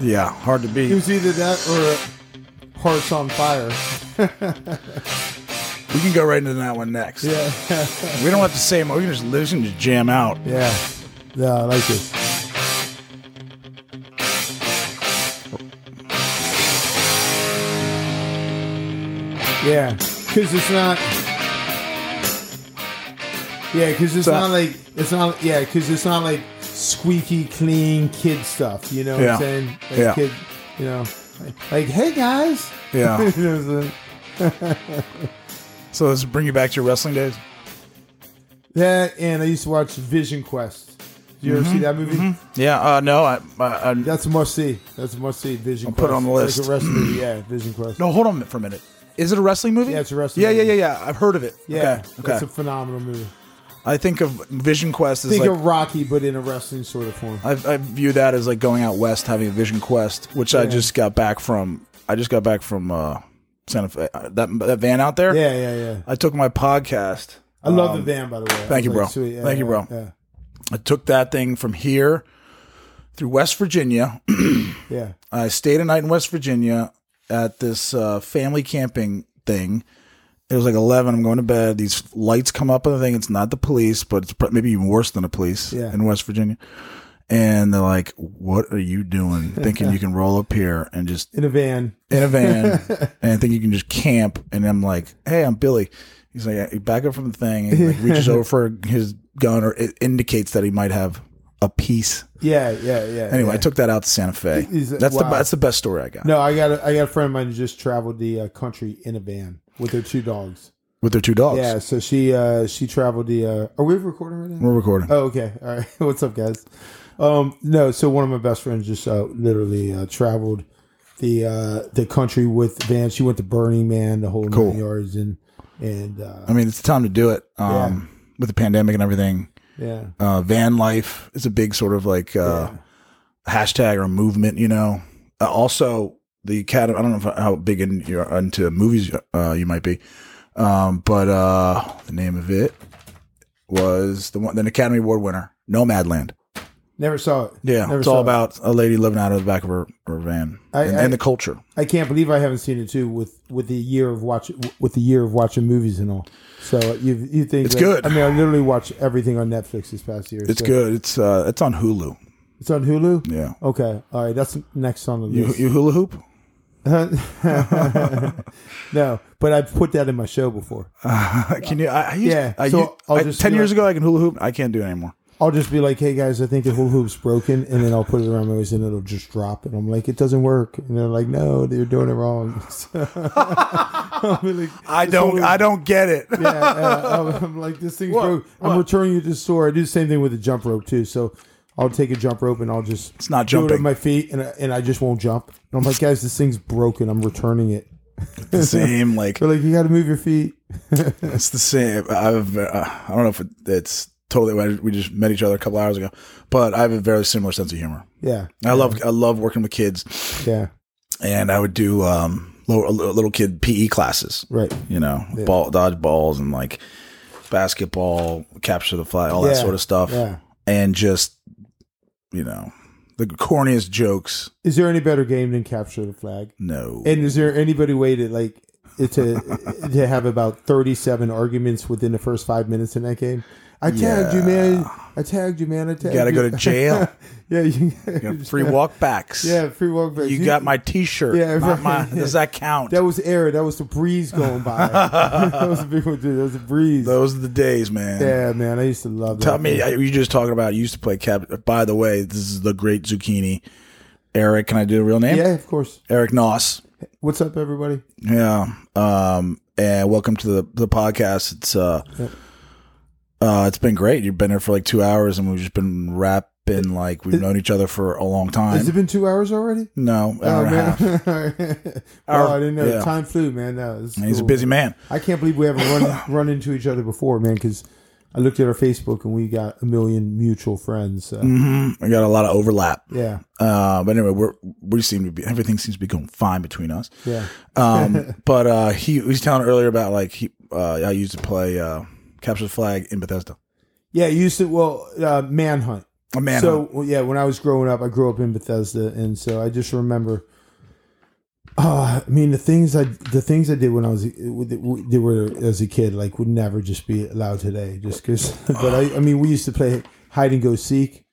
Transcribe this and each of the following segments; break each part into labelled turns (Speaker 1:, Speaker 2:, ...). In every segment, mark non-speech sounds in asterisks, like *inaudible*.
Speaker 1: Yeah, hard to
Speaker 2: It
Speaker 1: beat.
Speaker 2: was either that or Hearts on Fire.
Speaker 1: We can go right into that one next.
Speaker 2: Yeah.
Speaker 1: We don't have to say more. We can just listen to jam out.
Speaker 2: Yeah. Yeah, I like it. Yeah, because it's not. Yeah, because it's
Speaker 1: So-
Speaker 2: not like it's not. Yeah, because it's not like squeaky clean kid stuff. You know what
Speaker 1: Yeah.
Speaker 2: I'm saying? Like
Speaker 1: Yeah.
Speaker 2: Kid, you know, like hey guys.
Speaker 1: Yeah.
Speaker 2: *laughs* You know what I'm saying?
Speaker 1: So let's bring you back to your wrestling days.
Speaker 2: that and I used to watch Vision Quest. Did you
Speaker 1: Mm-hmm.
Speaker 2: ever see that movie?
Speaker 1: Yeah. Uh, no. I, I, I,
Speaker 2: That's a must see. That's a must see. Vision
Speaker 1: I'll
Speaker 2: Quest.
Speaker 1: put it on the
Speaker 2: Like
Speaker 1: list.
Speaker 2: a wrestling
Speaker 1: *clears throat*
Speaker 2: movie. Yeah, Vision Quest.
Speaker 1: no. Hold on for a minute. Is it a wrestling movie?
Speaker 2: Yeah, it's a wrestling
Speaker 1: Yeah. Yeah.
Speaker 2: movie.
Speaker 1: Yeah. Yeah. I've heard of it.
Speaker 2: Yeah,
Speaker 1: Okay.
Speaker 2: it's
Speaker 1: okay.
Speaker 2: a phenomenal movie.
Speaker 1: I think of Vision Quest as
Speaker 2: Think
Speaker 1: like
Speaker 2: of Rocky, but in a wrestling sort of form.
Speaker 1: I've, I view that as like going out west, having a vision quest, which I
Speaker 2: Yeah.
Speaker 1: just got back from. I just got back from uh, Santa Fe. uh, That that van out there.
Speaker 2: Yeah, yeah, yeah.
Speaker 1: I took my podcast.
Speaker 2: I love the van, by the way. That's,
Speaker 1: you,
Speaker 2: like,
Speaker 1: bro.
Speaker 2: sweet. Yeah,
Speaker 1: Um, Thank you,
Speaker 2: yeah,
Speaker 1: bro. I took that thing from here through West Virginia.
Speaker 2: Yeah, yeah.
Speaker 1: I stayed a night in West Virginia at this uh, family camping thing. It was like eleven. I'm going to bed. These lights come up on the thing. It's not the police, but it's pr- maybe even worse than the police
Speaker 2: Yeah.
Speaker 1: in West Virginia. And they're like, "What are you
Speaker 2: *laughs*
Speaker 1: doing? Thinking you can roll up here and just
Speaker 2: In a van.
Speaker 1: in a
Speaker 2: *laughs*
Speaker 1: van and I think you can just camp. And I'm like, hey, I'm Billy. He's like, "Yeah," he back up from the thing and he like reaches over for his gun or it indicates that he might have a piece.
Speaker 2: Yeah, yeah, yeah.
Speaker 1: Anyway, I
Speaker 2: yeah.
Speaker 1: took that out to Santa Fe.
Speaker 2: Is it-
Speaker 1: that's the
Speaker 2: wow.
Speaker 1: that's the best story I got
Speaker 2: no, I got a, I got a friend of mine who just traveled the uh, country in a van with their two dogs.
Speaker 1: with their two dogs.
Speaker 2: Yeah, so she uh, she traveled the. Uh, are we recording right now?
Speaker 1: We're recording.
Speaker 2: Oh, okay. All right. *laughs* What's up, guys? Um, no, so one of my best friends just uh, literally uh, traveled the uh, the country with Van. She went to Burning Man, the whole
Speaker 1: Cool.
Speaker 2: nine yards, and and uh,
Speaker 1: I mean, it's time to do it. Um, with the pandemic and everything.
Speaker 2: yeah,
Speaker 1: Uh, van life is a big sort of like uh, hashtag or movement, you know. Uh, also, the academy. I don't know if, how big in, you're into movies uh, you might be, um, but uh, the name of it was the one, an Academy Award winner, Nomadland.
Speaker 2: never saw it.
Speaker 1: Yeah,
Speaker 2: never
Speaker 1: it's all
Speaker 2: saw it.
Speaker 1: about a lady living out of the back of her, her van
Speaker 2: I-
Speaker 1: and,
Speaker 2: I-
Speaker 1: and the culture.
Speaker 2: I can't believe I haven't seen it too with with the year of watch with the year of watching movies and all. So you you think
Speaker 1: It's
Speaker 2: that-
Speaker 1: good.
Speaker 2: I mean, I literally watched everything on Netflix this past year.
Speaker 1: It's
Speaker 2: so-
Speaker 1: good. It's uh, it's on Hulu.
Speaker 2: It's on Hulu.
Speaker 1: Yeah,
Speaker 2: Okay, all right. That's next on the list.
Speaker 1: you, you hula hoop.
Speaker 2: no, but I've put that in my show before.
Speaker 1: can you? I, I used,
Speaker 2: Yeah,
Speaker 1: I,
Speaker 2: so
Speaker 1: used-
Speaker 2: I'll
Speaker 1: I-
Speaker 2: just
Speaker 1: ten
Speaker 2: be
Speaker 1: years
Speaker 2: like-
Speaker 1: ago, I can hula hoop. I can't do it anymore.
Speaker 2: I'll just be like, "Hey guys, I think the whole hoop's broken," and then I'll put it around my waist, and it'll just drop. And I'm like, "It doesn't work," and they're like, "No, you're doing it wrong." *laughs* So- I'll be like,
Speaker 1: I don't. I don't get it.
Speaker 2: yeah, yeah. I'm, I'm like, "This thing's
Speaker 1: What?
Speaker 2: broke." I'm
Speaker 1: What?
Speaker 2: returning you to the store. I do the same thing with the jump rope too. So I'll take a jump rope and I'll just
Speaker 1: It's not
Speaker 2: do it
Speaker 1: jumping.
Speaker 2: with my feet, and I, and I just won't jump. And I'm like, "Guys, this thing's broken. I'm returning it."
Speaker 1: the same. Like
Speaker 2: They're like, "You got to move your feet."
Speaker 1: it's the same. I've uh, I don't know if it, it's totally. We just met each other a couple hours ago, but I have a very similar sense of humor.
Speaker 2: Yeah,
Speaker 1: I love I love working with kids,
Speaker 2: yeah,
Speaker 1: and I would do um little, little kid PE classes.
Speaker 2: right.
Speaker 1: You know, ball dodge balls and like basketball, capture the fly, all that
Speaker 2: Yeah,
Speaker 1: sort of stuff,
Speaker 2: yeah.
Speaker 1: and just you know the corniest jokes.
Speaker 2: Is there any better game than capture the flag?
Speaker 1: No,
Speaker 2: And is there anybody way to like to to have about thirty seven arguments within the first five minutes in that game? I tagged you, man. I tagged you, man. I tagged you.
Speaker 1: you gotta go
Speaker 2: *laughs*
Speaker 1: to jail.
Speaker 2: yeah, you,
Speaker 1: You
Speaker 2: *laughs*
Speaker 1: got free walk backs.
Speaker 2: yeah, free walk back.
Speaker 1: You, got my T-shirt.
Speaker 2: Yeah,
Speaker 1: not
Speaker 2: right.
Speaker 1: my- does that count?
Speaker 2: That was air. That was the breeze going by. *laughs* that was a big one, dude. That was a breeze.
Speaker 1: Those are the days, man.
Speaker 2: yeah, man. I used to love that.
Speaker 1: Tell me, I- you just talking about you used to play cap. By the way, this is the great zucchini, Eric. Can I do a real name?
Speaker 2: Yeah, of course.
Speaker 1: Eric Noss.
Speaker 2: What's up, everybody?
Speaker 1: Yeah. Um. And welcome to the the podcast. It's uh, uh, it's been great. You've been here for like two hours, and we've just been rapping like we've known each other for a long time.
Speaker 2: Has it been two hours already? Oh,
Speaker 1: no, hour and a half.
Speaker 2: man. *laughs*
Speaker 1: Our-
Speaker 2: oh, I didn't know.
Speaker 1: yeah.
Speaker 2: Time flew, man. No, this is
Speaker 1: He's a
Speaker 2: cool.
Speaker 1: busy man.
Speaker 2: I can't believe we haven't run run into each other before, man. Because I looked at our Facebook and we got a million mutual friends. So,
Speaker 1: Mm. Mm-hmm. We got a lot of overlap.
Speaker 2: Yeah,
Speaker 1: Uh, but anyway, we're we seem to be everything seems to be going fine between us.
Speaker 2: yeah, *laughs*
Speaker 1: Um, but uh, he, he was telling earlier about like he uh, I used to play uh, capture the flag in Bethesda.
Speaker 2: yeah. You used to well, uh, manhunt.
Speaker 1: A man.
Speaker 2: so well, yeah, when I was growing up, I grew up in Bethesda, and so I just remember. Uh, I mean the things I the things I did when I was they were as a kid like would never just be allowed today just because *laughs* but I, I mean we used to play hide and go seek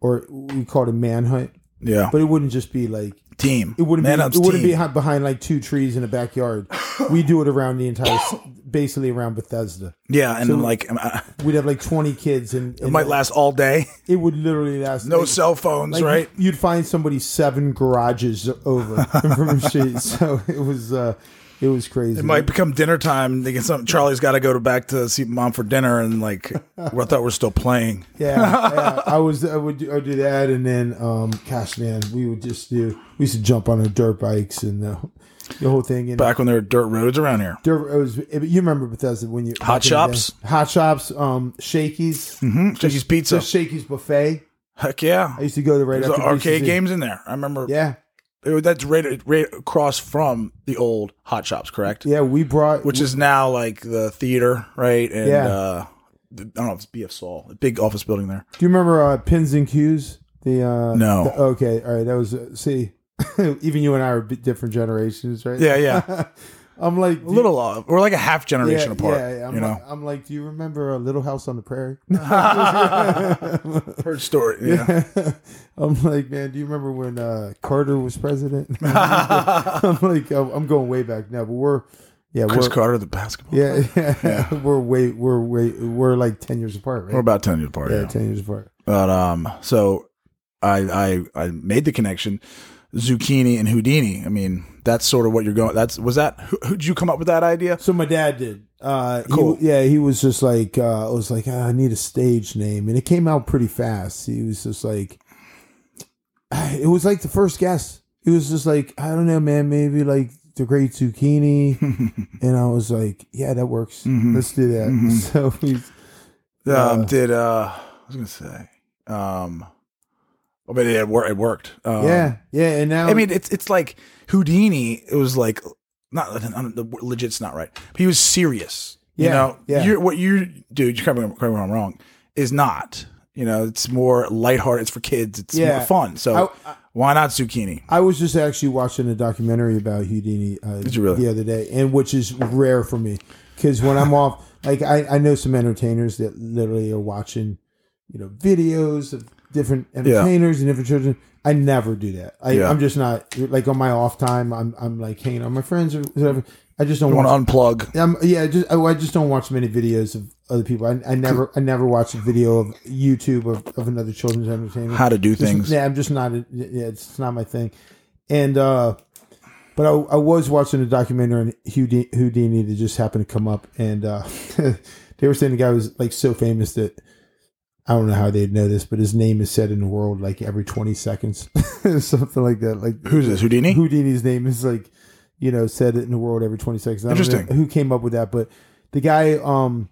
Speaker 2: or we called it manhunt
Speaker 1: yeah.
Speaker 2: but it wouldn't just be like
Speaker 1: team.
Speaker 2: it wouldn't
Speaker 1: man
Speaker 2: be,
Speaker 1: up's
Speaker 2: it wouldn't
Speaker 1: team.
Speaker 2: be hi- behind like two trees in a backyard
Speaker 1: *laughs*
Speaker 2: we do it around the entire s- basically around Bethesda
Speaker 1: yeah, and like uh,
Speaker 2: we'd have like twenty kids and,
Speaker 1: it might last all
Speaker 2: *laughs*
Speaker 1: day.
Speaker 2: it would literally last
Speaker 1: No
Speaker 2: like,
Speaker 1: cell phones,
Speaker 2: like, *laughs*
Speaker 1: right?
Speaker 2: You'd find somebody seven garages
Speaker 1: *laughs*
Speaker 2: over from the street. So it was uh, it was crazy.
Speaker 1: It might become dinner time. They get some. Charlie's got to go to back to see mom for dinner, and
Speaker 2: *laughs*
Speaker 1: like I thought we're still playing.
Speaker 2: yeah, yeah. I was I would do, I would do that, and then um, gosh, man, we would just do we used to jump on our dirt bikes and the, the whole thing. And
Speaker 1: Back when there were dirt roads around here.
Speaker 2: there it was you remember Bethesda when you
Speaker 1: Hot
Speaker 2: back in the day.
Speaker 1: Shops?
Speaker 2: hot shops, um, Shakey's,
Speaker 1: Hmm? Shakey's Pizza.
Speaker 2: the Shakey's buffet.
Speaker 1: Heck yeah.
Speaker 2: I used to go to right
Speaker 1: There's
Speaker 2: after
Speaker 1: arcade
Speaker 2: VCC.
Speaker 1: games in there. I remember.
Speaker 2: Yeah,
Speaker 1: It was- that's right, right across from the old Hot Shops, correct?
Speaker 2: yeah, we brought
Speaker 1: Which is now like the theater, right? And
Speaker 2: Yeah.
Speaker 1: uh, I don't know if it's BF Saul, a big office building
Speaker 2: *laughs*
Speaker 1: there.
Speaker 2: Do you remember uh, pins and cues? The uh,
Speaker 1: No.
Speaker 2: the- okay, all right. That was uh, see, *laughs* even you and I are b- different generations, right?
Speaker 1: Yeah, yeah.
Speaker 2: *laughs* I'm like
Speaker 1: A little off. We're like a half generation apart.
Speaker 2: I'm
Speaker 1: you know,
Speaker 2: like, I'm like, do you remember a Little House on the Prairie?
Speaker 1: *laughs*
Speaker 2: *laughs*
Speaker 1: heard story. Yeah.
Speaker 2: I'm like, man, do you remember when uh, Carter was president? *laughs* I'm like, I'm I'm going way back now, but we're yeah,
Speaker 1: *laughs* Chris
Speaker 2: we're
Speaker 1: Carter, the basketball.
Speaker 2: yeah, yeah, *laughs* we're way, we're way, we're like ten years apart, right?
Speaker 1: We're about ten years apart.
Speaker 2: yeah,
Speaker 1: yeah.
Speaker 2: ten years apart.
Speaker 1: But um, so I I I made the connection, zucchini and Houdini. I mean, that's sort of what you're going. That's was that who who did you come up with that idea?
Speaker 2: So my dad did. Uh, he-
Speaker 1: Cool.
Speaker 2: yeah, he was just like, uh, I was like, "Ah, I need a stage name, and it came out pretty fast. He was just like, *sighs* it was like the first guess. He was just like, I don't know, man, maybe like the Great *laughs* Zucchini, and I was like, yeah, that works. Let's do that. *laughs* So we,
Speaker 1: um, did uh, I was gonna say um, I mean, it, wor- it worked. Um,
Speaker 2: yeah, yeah, and now
Speaker 1: I mean, it's it's like Houdini. It was like not the legit's not right. But he was serious. you
Speaker 2: Yeah,
Speaker 1: know,
Speaker 2: yeah.
Speaker 1: You're, what you do, you correct me correct me if I'm wrong, is not. You know, it's more lighthearted. It's for kids. It's
Speaker 2: Yeah.
Speaker 1: more fun. So
Speaker 2: I-
Speaker 1: why not zucchini?
Speaker 2: I was just actually watching a documentary about Houdini uh,
Speaker 1: you really?
Speaker 2: the other day, and which is rare for me because when I'm off, *laughs* like I, I know some entertainers that literally are watching, you know, videos of different entertainers and different children. I never do that. I,
Speaker 1: Yeah.
Speaker 2: I'm just not like on my off time. I'm I'm like hanging out with my friends or whatever. I just don't
Speaker 1: You
Speaker 2: watch.
Speaker 1: want to unplug?
Speaker 2: Um, yeah, I just oh, I just don't watch many videos of other people. I, I never I never watch a video of YouTube of, of another children's entertainment
Speaker 1: How to do
Speaker 2: just-
Speaker 1: things?
Speaker 2: Yeah, I'm just not. Yeah, it's not my thing. And uh, but I, I was watching a documentary on Houdini, Houdini that just happened to come up, and uh, *laughs* they were saying the guy was like so famous that I don't know how they'd know this, but his name is said in the world like every 20 seconds, *laughs* something like that. Like
Speaker 1: Who's this? Houdini?
Speaker 2: Houdini's name is like you know said in the world every 20 seconds. I don't know
Speaker 1: Interesting.
Speaker 2: who came up with that, but the guy, um,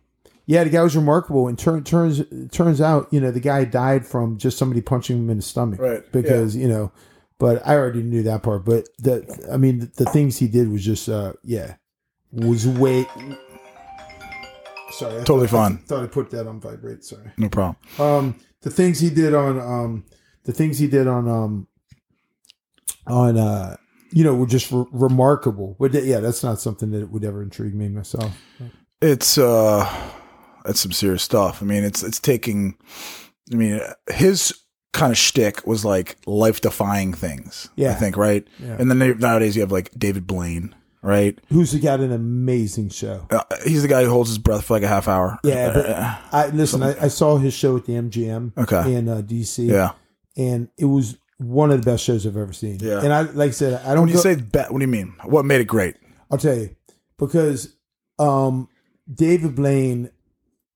Speaker 2: yeah, the guy was remarkable, and turn, turns turns out you know the guy died from just somebody punching him in the stomach,
Speaker 1: Right,
Speaker 2: Because you know, but I already knew that part. But the I mean, the, the things he did was just uh, yeah, was way. Sorry, I
Speaker 1: Totally
Speaker 2: thought-
Speaker 1: fine.
Speaker 2: I thought I put that on vibrate. Sorry
Speaker 1: No problem.
Speaker 2: um the things he did on um the things he did on um on uh you know were just re- remarkable but th- yeah that's not something that would ever intrigue me myself
Speaker 1: It's uh, it's some serious stuff. I mean, it's it's taking. I mean, his kind of shtick was like life defying things. I
Speaker 2: Yeah.
Speaker 1: think right.
Speaker 2: Yeah.
Speaker 1: And then they- nowadays you have like David Blaine, right?
Speaker 2: who's got an amazing show
Speaker 1: Uh, he's the guy who holds his breath for like a half hour.
Speaker 2: yeah but
Speaker 1: Uh,
Speaker 2: i listen I, I saw his show at the mgm
Speaker 1: Okay.
Speaker 2: in uh, dc
Speaker 1: yeah.
Speaker 2: and it was one of the best shows i've ever seen
Speaker 1: Yeah.
Speaker 2: and i like i said i don't
Speaker 1: When you
Speaker 2: go-
Speaker 1: say bet, what do you mean? What made it great?
Speaker 2: I'll tell you because um, David Blaine,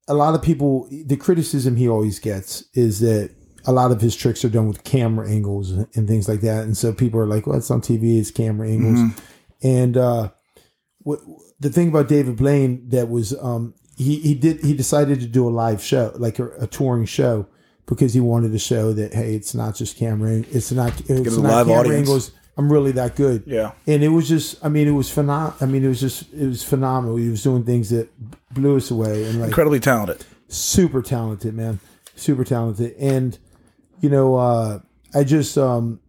Speaker 2: a lot of people, the criticism he always gets is that a lot of his tricks are done with camera angles and things like that, and so people are like, "Well, it's on TV, it's camera angles,"
Speaker 1: Mm-hmm.
Speaker 2: and uh, what the thing about David Blaine that was um, he he did he decided to do a live show like a, a touring show because he wanted to show that hey it's not just camera it's not it's
Speaker 1: a
Speaker 2: not
Speaker 1: live
Speaker 2: camera
Speaker 1: audience.
Speaker 2: angles I'm really that good
Speaker 1: Yeah.
Speaker 2: and it was just I mean it was phenom I mean it was just it was phenomenal he was doing things that blew us away and like
Speaker 1: Incredibly talented.
Speaker 2: super talented man super talented, and you know, uh, I just, um,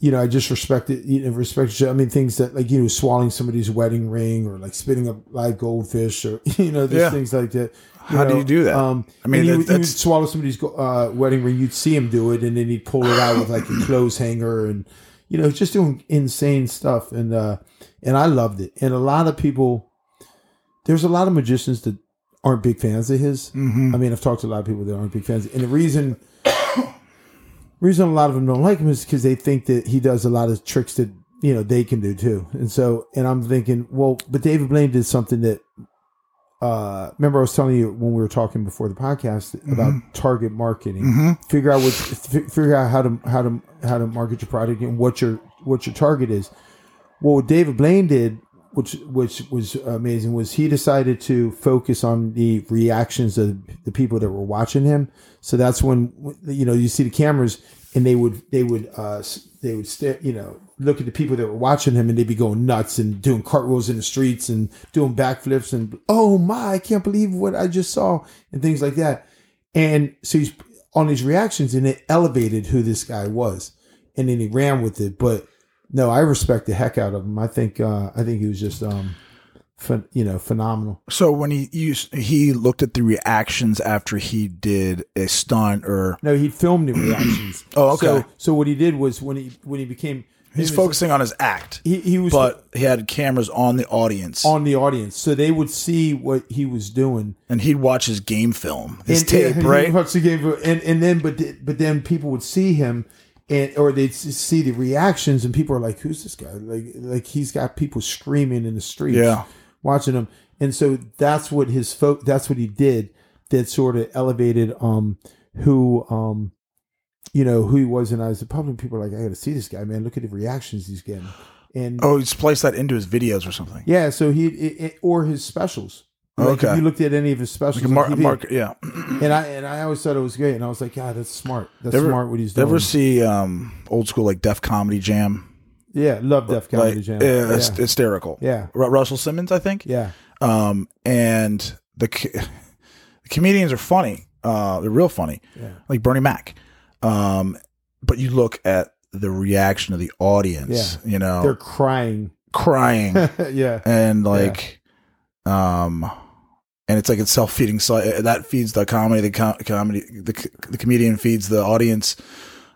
Speaker 2: you know, I just respect it. You know, respect. I mean, things that like you know, swallowing somebody's wedding ring or like spitting up live goldfish or *laughs* you know, these
Speaker 1: Yeah.
Speaker 2: things like that.
Speaker 1: How do you do that?
Speaker 2: Um,
Speaker 1: I mean,
Speaker 2: and you,
Speaker 1: that-
Speaker 2: would- you would
Speaker 1: that's-
Speaker 2: swallow somebody's go- uh, wedding ring. You'd see him do it, and then he'd pull it out with like a clothes hanger, and you know, just doing insane stuff. And uh, and I loved it. And a lot of people, there's a lot of magicians that aren't big fans of his. I mean, I've talked to a lot of people that aren't big fans, and the reason reason a lot of them don't like him is because they think that he does a lot of tricks that you know they can do too. And so, and I'm thinking, well, but David Blaine did something that. Uh, remember, I was telling you when we were talking before the podcast about target marketing.
Speaker 1: Mm-hmm.
Speaker 2: Figure out what, f- figure out how to how to how to market your product and what your what your target is. Well, what David Blaine did, which which was amazing, was he decided to focus on the reactions of the people that were watching him. So that's when you know you see the cameras, and they would they would uh, s- they would stare, you know look at the people that were watching him, and they'd be going nuts and doing cartwheels in the streets and doing backflips and oh my, I can't believe what I just saw and things like that. And so he's on his reactions, and it elevated who this guy was, and then he ran with it, but no, I respect the heck out of him. I think uh, I think he was just um, phen you know phenomenal.
Speaker 1: So when he used, he looked at the reactions after he did a stunt or
Speaker 2: No, he filmed the reactions.
Speaker 1: *clears throat* Oh, okay.
Speaker 2: So, so what he did was when he when he became
Speaker 1: he's
Speaker 2: he was-
Speaker 1: focusing on his act,
Speaker 2: He, he was
Speaker 1: but he had cameras on the audience
Speaker 2: on the audience, so they would see what he was doing.
Speaker 1: and he'd watch his game film, his
Speaker 2: and,
Speaker 1: tape,
Speaker 2: and he
Speaker 1: right?
Speaker 2: watched the game, and and then but th- but then people would see him. And, or they'd s- see the reactions, and people are like, "Who's this guy? Like, like he's got people screaming in the streets."
Speaker 1: Yeah.
Speaker 2: watching him. And so that's what his fo- that's what he did that sort of elevated um who um you know who he was in eyes of the public. People are like, I gotta see this guy, man. Look at the reactions he's getting. And
Speaker 1: Oh, he's placed that into his videos or something.
Speaker 2: yeah, so he it, it- or his specials. Like,
Speaker 1: Okay.
Speaker 2: if you looked at any of his specials,
Speaker 1: Like a mar-
Speaker 2: on TV,
Speaker 1: mark, yeah.
Speaker 2: and I and I always thought it was great, and I was like, God, that's smart. That's
Speaker 1: Ever-
Speaker 2: smart what he's
Speaker 1: Did you
Speaker 2: doing.
Speaker 1: ever see um, old school like Def Comedy Jam?
Speaker 2: yeah, love Def Comedy
Speaker 1: Like,
Speaker 2: Jam.
Speaker 1: yeah,
Speaker 2: Yeah,
Speaker 1: it's hysterical.
Speaker 2: yeah,
Speaker 1: Ru- Russell Simmons, I think.
Speaker 2: yeah.
Speaker 1: Um, and the, co- *laughs* the comedians are funny. Uh, they're real funny.
Speaker 2: Yeah.
Speaker 1: Like Bernie Mac. Um, but you look at the reaction of the audience, you know,
Speaker 2: They're crying. *laughs*
Speaker 1: crying
Speaker 2: yeah,
Speaker 1: and like, um, and it's like it's self feeding. So uh, that feeds the comedy, the com- comedy, the, c- the comedian feeds the audience.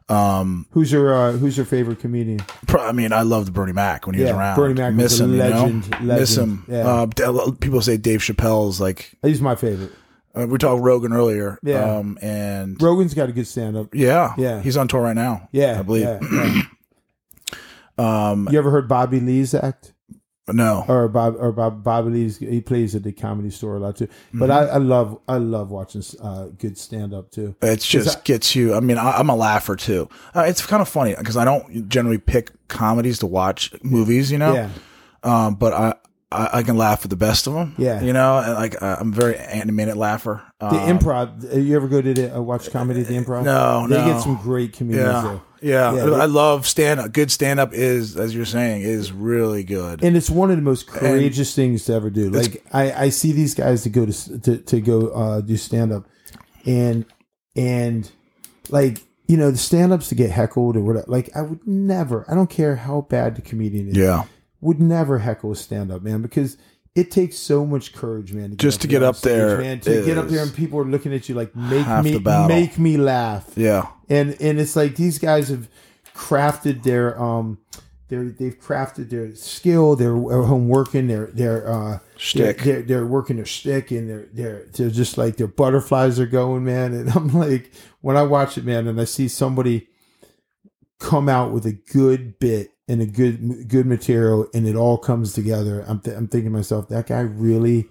Speaker 1: Um,
Speaker 2: who's your uh, who's your favorite comedian?
Speaker 1: Pro- I mean, I loved Bernie Mac when he was
Speaker 2: Yeah,
Speaker 1: around.
Speaker 2: Bernie Mac
Speaker 1: miss
Speaker 2: was a
Speaker 1: him, You
Speaker 2: legend,
Speaker 1: know?
Speaker 2: legend.
Speaker 1: Miss him.
Speaker 2: Yeah.
Speaker 1: Uh, d- people say Dave Chappelle's like
Speaker 2: He's my favorite.
Speaker 1: uh, we talked Rogan earlier.
Speaker 2: Yeah.
Speaker 1: Um, and
Speaker 2: Rogan's got a good stand up.
Speaker 1: yeah,
Speaker 2: Yeah.
Speaker 1: he's on tour right now.
Speaker 2: Yeah,
Speaker 1: I believe.
Speaker 2: yeah, yeah.
Speaker 1: *clears throat* Um,
Speaker 2: you ever heard Bobby Lee's act
Speaker 1: no,
Speaker 2: or Bob or Bob, Bobby Lee's? He plays at the Comedy Store a lot too. But
Speaker 1: Mm-hmm.
Speaker 2: I, I love I love watching uh, good stand up too.
Speaker 1: it just gets you. I mean, I, I'm a laugher too. Uh, it's kind of funny because I don't generally pick comedies to watch movies. You know.
Speaker 2: Yeah,
Speaker 1: Um, but I. I I can laugh at the best of them.
Speaker 2: Yeah.
Speaker 1: you know, and like I- I'm a very animated laugher. Um,
Speaker 2: the improv. You ever go to the, uh, watch comedy at the improv?
Speaker 1: No,
Speaker 2: they
Speaker 1: no.
Speaker 2: get some great comedians
Speaker 1: Yeah.
Speaker 2: there.
Speaker 1: Yeah.
Speaker 2: Yeah,
Speaker 1: I love stand up. Good stand up is, as you're saying, is really good.
Speaker 2: And it's one of the most courageous things to ever do. Like I, I see these guys that go to s- to, to go uh, do stand up, and and like you know the stand ups to get heckled or whatever. Like I would never. I don't care how bad the comedian is.
Speaker 1: yeah.
Speaker 2: Would never heckle a stand up man because it takes so much courage, man.
Speaker 1: Just to get
Speaker 2: on
Speaker 1: up there
Speaker 2: man. To get up there
Speaker 1: is
Speaker 2: and people are looking at you like make
Speaker 1: half
Speaker 2: me
Speaker 1: the battle.
Speaker 2: make me laugh
Speaker 1: Yeah.
Speaker 2: and and it's like these guys have crafted their um their they've crafted their skill their home working their their uh
Speaker 1: Shtick.
Speaker 2: they're, they're working their shtick and they're they're they're just like their butterflies are going man and *laughs* I'm like when I watch it man and I see somebody come out with a good bit and a good good material and it all comes together I'm th- I'm thinking to myself that guy really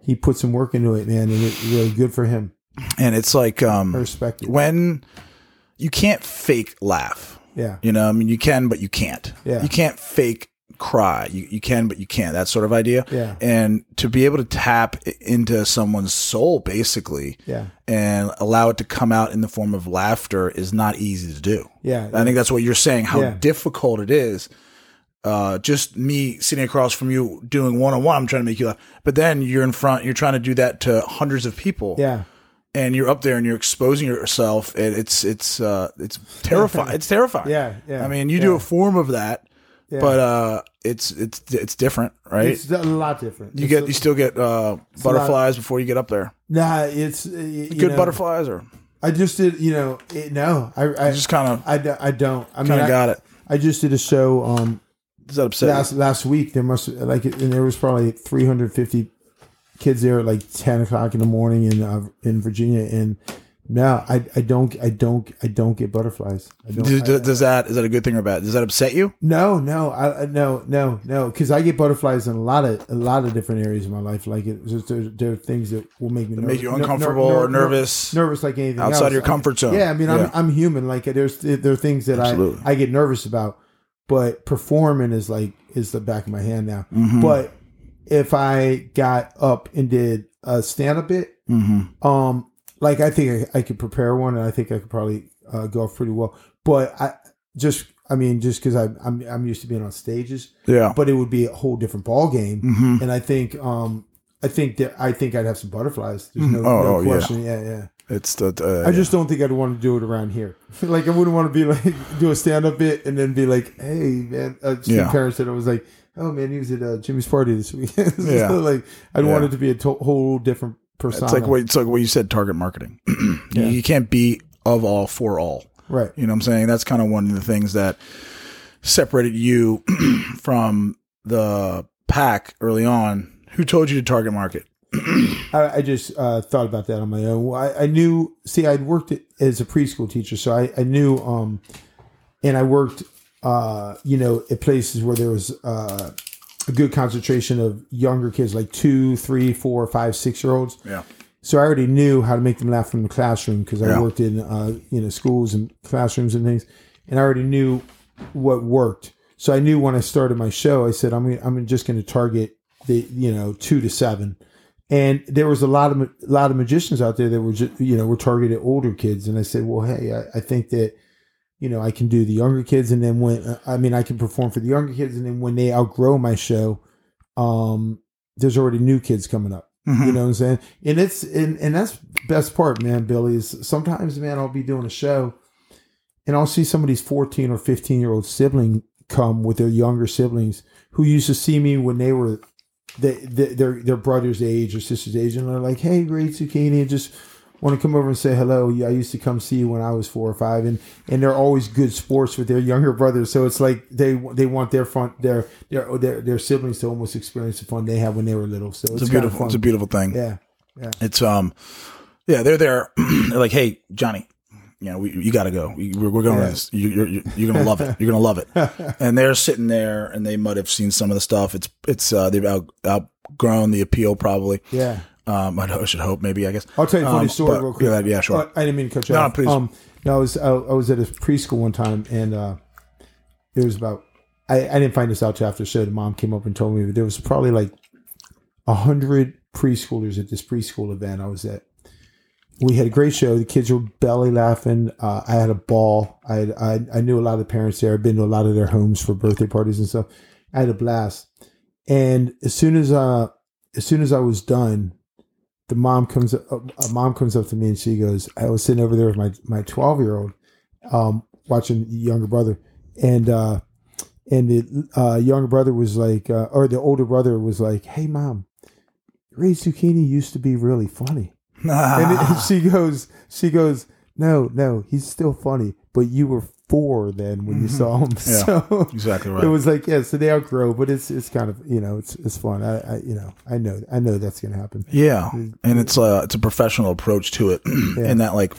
Speaker 2: he put some work into it man and it really good for him
Speaker 1: And it's like
Speaker 2: I
Speaker 1: um,
Speaker 2: respect it
Speaker 1: when you can't fake laugh.
Speaker 2: yeah
Speaker 1: You know, I mean, you can, but you can't.
Speaker 2: Yeah.
Speaker 1: You can't fake cry. You, you can, but you can't. That sort of idea.
Speaker 2: Yeah.
Speaker 1: And to be able to tap i- into someone's soul, basically,
Speaker 2: yeah
Speaker 1: and allow it to come out in the form of laughter is not easy to do.
Speaker 2: yeah
Speaker 1: I think that's what you're saying, how
Speaker 2: Yeah.
Speaker 1: difficult it is. Uh, just me sitting across from you doing one on one, I'm trying to make you laugh. But then you're in front, you're trying to do that to hundreds of people.
Speaker 2: yeah
Speaker 1: and you're up there and you're exposing yourself, and it's it's uh, it's terrifying. it's terrifying.
Speaker 2: Yeah, yeah.
Speaker 1: I mean, you
Speaker 2: yeah.
Speaker 1: do a form of that,
Speaker 2: Yeah.
Speaker 1: but uh, it's it's it's different, right?
Speaker 2: it's a lot different.
Speaker 1: you
Speaker 2: It's
Speaker 1: get
Speaker 2: a-
Speaker 1: you still get uh,
Speaker 2: a lot-
Speaker 1: butterflies before you get up there.
Speaker 2: nah. It's uh, y- you
Speaker 1: Good
Speaker 2: know,
Speaker 1: butterflies, or
Speaker 2: I just did. You know, it, no. I I,
Speaker 1: I just kind of
Speaker 2: I, do- I don't. I mean,
Speaker 1: kind of
Speaker 2: I,
Speaker 1: got it.
Speaker 2: I just did a show um
Speaker 1: Does that upset? you?
Speaker 2: last last week. There must like and there was probably 350 kids there at like 10 o'clock in the morning in uh, in Virginia. And no, I I don't I don't I don't get butterflies. I don't.
Speaker 1: Does,
Speaker 2: I-
Speaker 1: does- does that is that a good thing or bad? Does that upset you?
Speaker 2: No, no, I, I- no, no, no. Because I get butterflies in a lot of a lot of different areas of my life. Like it, there, there, there are things that will make me nervous,
Speaker 1: Make you
Speaker 2: ner- ner-
Speaker 1: uncomfortable
Speaker 2: ner-
Speaker 1: or nervous
Speaker 2: ner- nervous like anything
Speaker 1: outside
Speaker 2: else.
Speaker 1: of your comfort zone?
Speaker 2: Yeah, I mean, I'm I'm human. Like there's there are things that
Speaker 1: Absolutely.
Speaker 2: I I get nervous about, but performing is like is the back of my hand now.
Speaker 1: Mhm.
Speaker 2: But if I got up and did a stand up bit,
Speaker 1: Mhm.
Speaker 2: um, like I think I, I could prepare one, and I think I could probably uh, go off pretty well. But I just, I mean, just because I'm I'm used to being on stages,
Speaker 1: yeah,
Speaker 2: but it would be a whole different ball game.
Speaker 1: hmm
Speaker 2: And I think, um, I think that I think I'd have some butterflies. There's no,
Speaker 1: Mhm. Oh,
Speaker 2: no
Speaker 1: oh, yeah.
Speaker 2: question. Yeah, yeah.
Speaker 1: it's the uh,
Speaker 2: I just don't think I'd want to do it around here. *laughs* like I wouldn't want to be like *laughs* do a stand up bit and then be like, hey man, uh, Steve
Speaker 1: Yeah.
Speaker 2: Parrish said I was like, oh man, he was at uh, Jimmy's party this *laughs* weekend. So,
Speaker 1: Yeah.
Speaker 2: like I'd
Speaker 1: Yeah.
Speaker 2: want it to be a to- whole different persona.
Speaker 1: It's like what it's like what you said, target marketing. *clears throat* You-
Speaker 2: Yeah.
Speaker 1: You can't be of all for all.
Speaker 2: right.
Speaker 1: You know what I'm saying? That's kind of one of the things that separated you *clears throat* from the pack early on. Who told you to target market?
Speaker 2: I, I just uh, thought about that on my own. I, I knew. See, I'd worked as a preschool teacher, so I, I knew. Um, and I worked, uh, you know, at places where there was uh, a good concentration of younger kids, like two, three, four, five, six year olds.
Speaker 1: Yeah.
Speaker 2: So I already knew how to make them laugh from the classroom because I
Speaker 1: Yeah.
Speaker 2: worked in, uh, you know, schools and classrooms and things, and I already knew what worked. So I knew when I started my show, I said I'm gonna, I'm just going to target the you know two to seven, and there was a lot of ma- lot of magicians out there that were just you know were targeted older kids, and I said, well, hey, I, I think that you know I can do the younger kids, and then when I mean I can perform for the younger kids, and then when they outgrow my show, um, there's already new kids coming up.
Speaker 1: Mm-hmm.
Speaker 2: You know what I'm saying? And it's and and that's the best part, man, Billy, is sometimes, man, I'll be doing a show and I'll see somebody's 14 or 15 year old sibling come with their younger siblings who used to see me when they were they, they, their their brother's age or sister's age, and they're like, "Hey, great zucchini," and just want to come over and say hello. Yeah, I used to come see you when I was four or five, and and they're always good sports with their younger brothers. So it's like they they want their fun their their their, their siblings to almost experience the fun they had when they were little. So it's,
Speaker 1: It's, a
Speaker 2: kinda
Speaker 1: beautiful
Speaker 2: fun.
Speaker 1: it's a beautiful thing.
Speaker 2: yeah.
Speaker 1: It's um yeah, they're there. *clears throat* they're like, "Hey, Johnny, you know, we, you got to go. We, we're, we're going
Speaker 2: Yeah.
Speaker 1: to this. You, you're, you're, you're going to love it. You're going to
Speaker 2: *laughs*
Speaker 1: love it." and they're sitting there and they might have seen some of the stuff. It's it's uh, they've out, outgrown the appeal probably.
Speaker 2: Yeah.
Speaker 1: Um, I, know, I should hope maybe, I guess.
Speaker 2: I'll tell you a funny
Speaker 1: Um,
Speaker 2: story
Speaker 1: but-
Speaker 2: real quick.
Speaker 1: Yeah, yeah, sure.
Speaker 2: Uh, I didn't mean to cut you
Speaker 1: No,
Speaker 2: off.
Speaker 1: please.
Speaker 2: Um, no, I was I, I was at a preschool one time, and uh, there was about I, I didn't find this out till after the show. The mom came up and told me, but there was probably like a hundred preschoolers at this preschool event I was at. We had a great show. The kids were belly laughing. Uh, I had a ball. I, had, I I knew a lot of the parents there. I've been to a lot of their homes for birthday parties and stuff. I had a blast. And as soon as uh as soon as I was done, the mom comes up, a mom comes up to me and she goes, I was sitting over there with my my twelve year old, um, watching younger brother, and uh, and the uh, younger brother was like, uh, or the older brother was like, Hey, mom, Ray Zucchini used to be really funny,
Speaker 1: *laughs*
Speaker 2: and, it-
Speaker 1: Ah.
Speaker 2: and *laughs* she goes, she goes, No, no, he's still funny, but you were four then when you saw him,
Speaker 1: Mm-hmm.
Speaker 2: *laughs*
Speaker 1: Yeah.
Speaker 2: so.
Speaker 1: exactly right.
Speaker 2: It was like yeah, so they outgrow, but it's it's kind of you know it's it's fun. I, I you know I know I know that's gonna happen.
Speaker 1: Yeah, and it's a it's a professional approach to it, *clears throat* and that like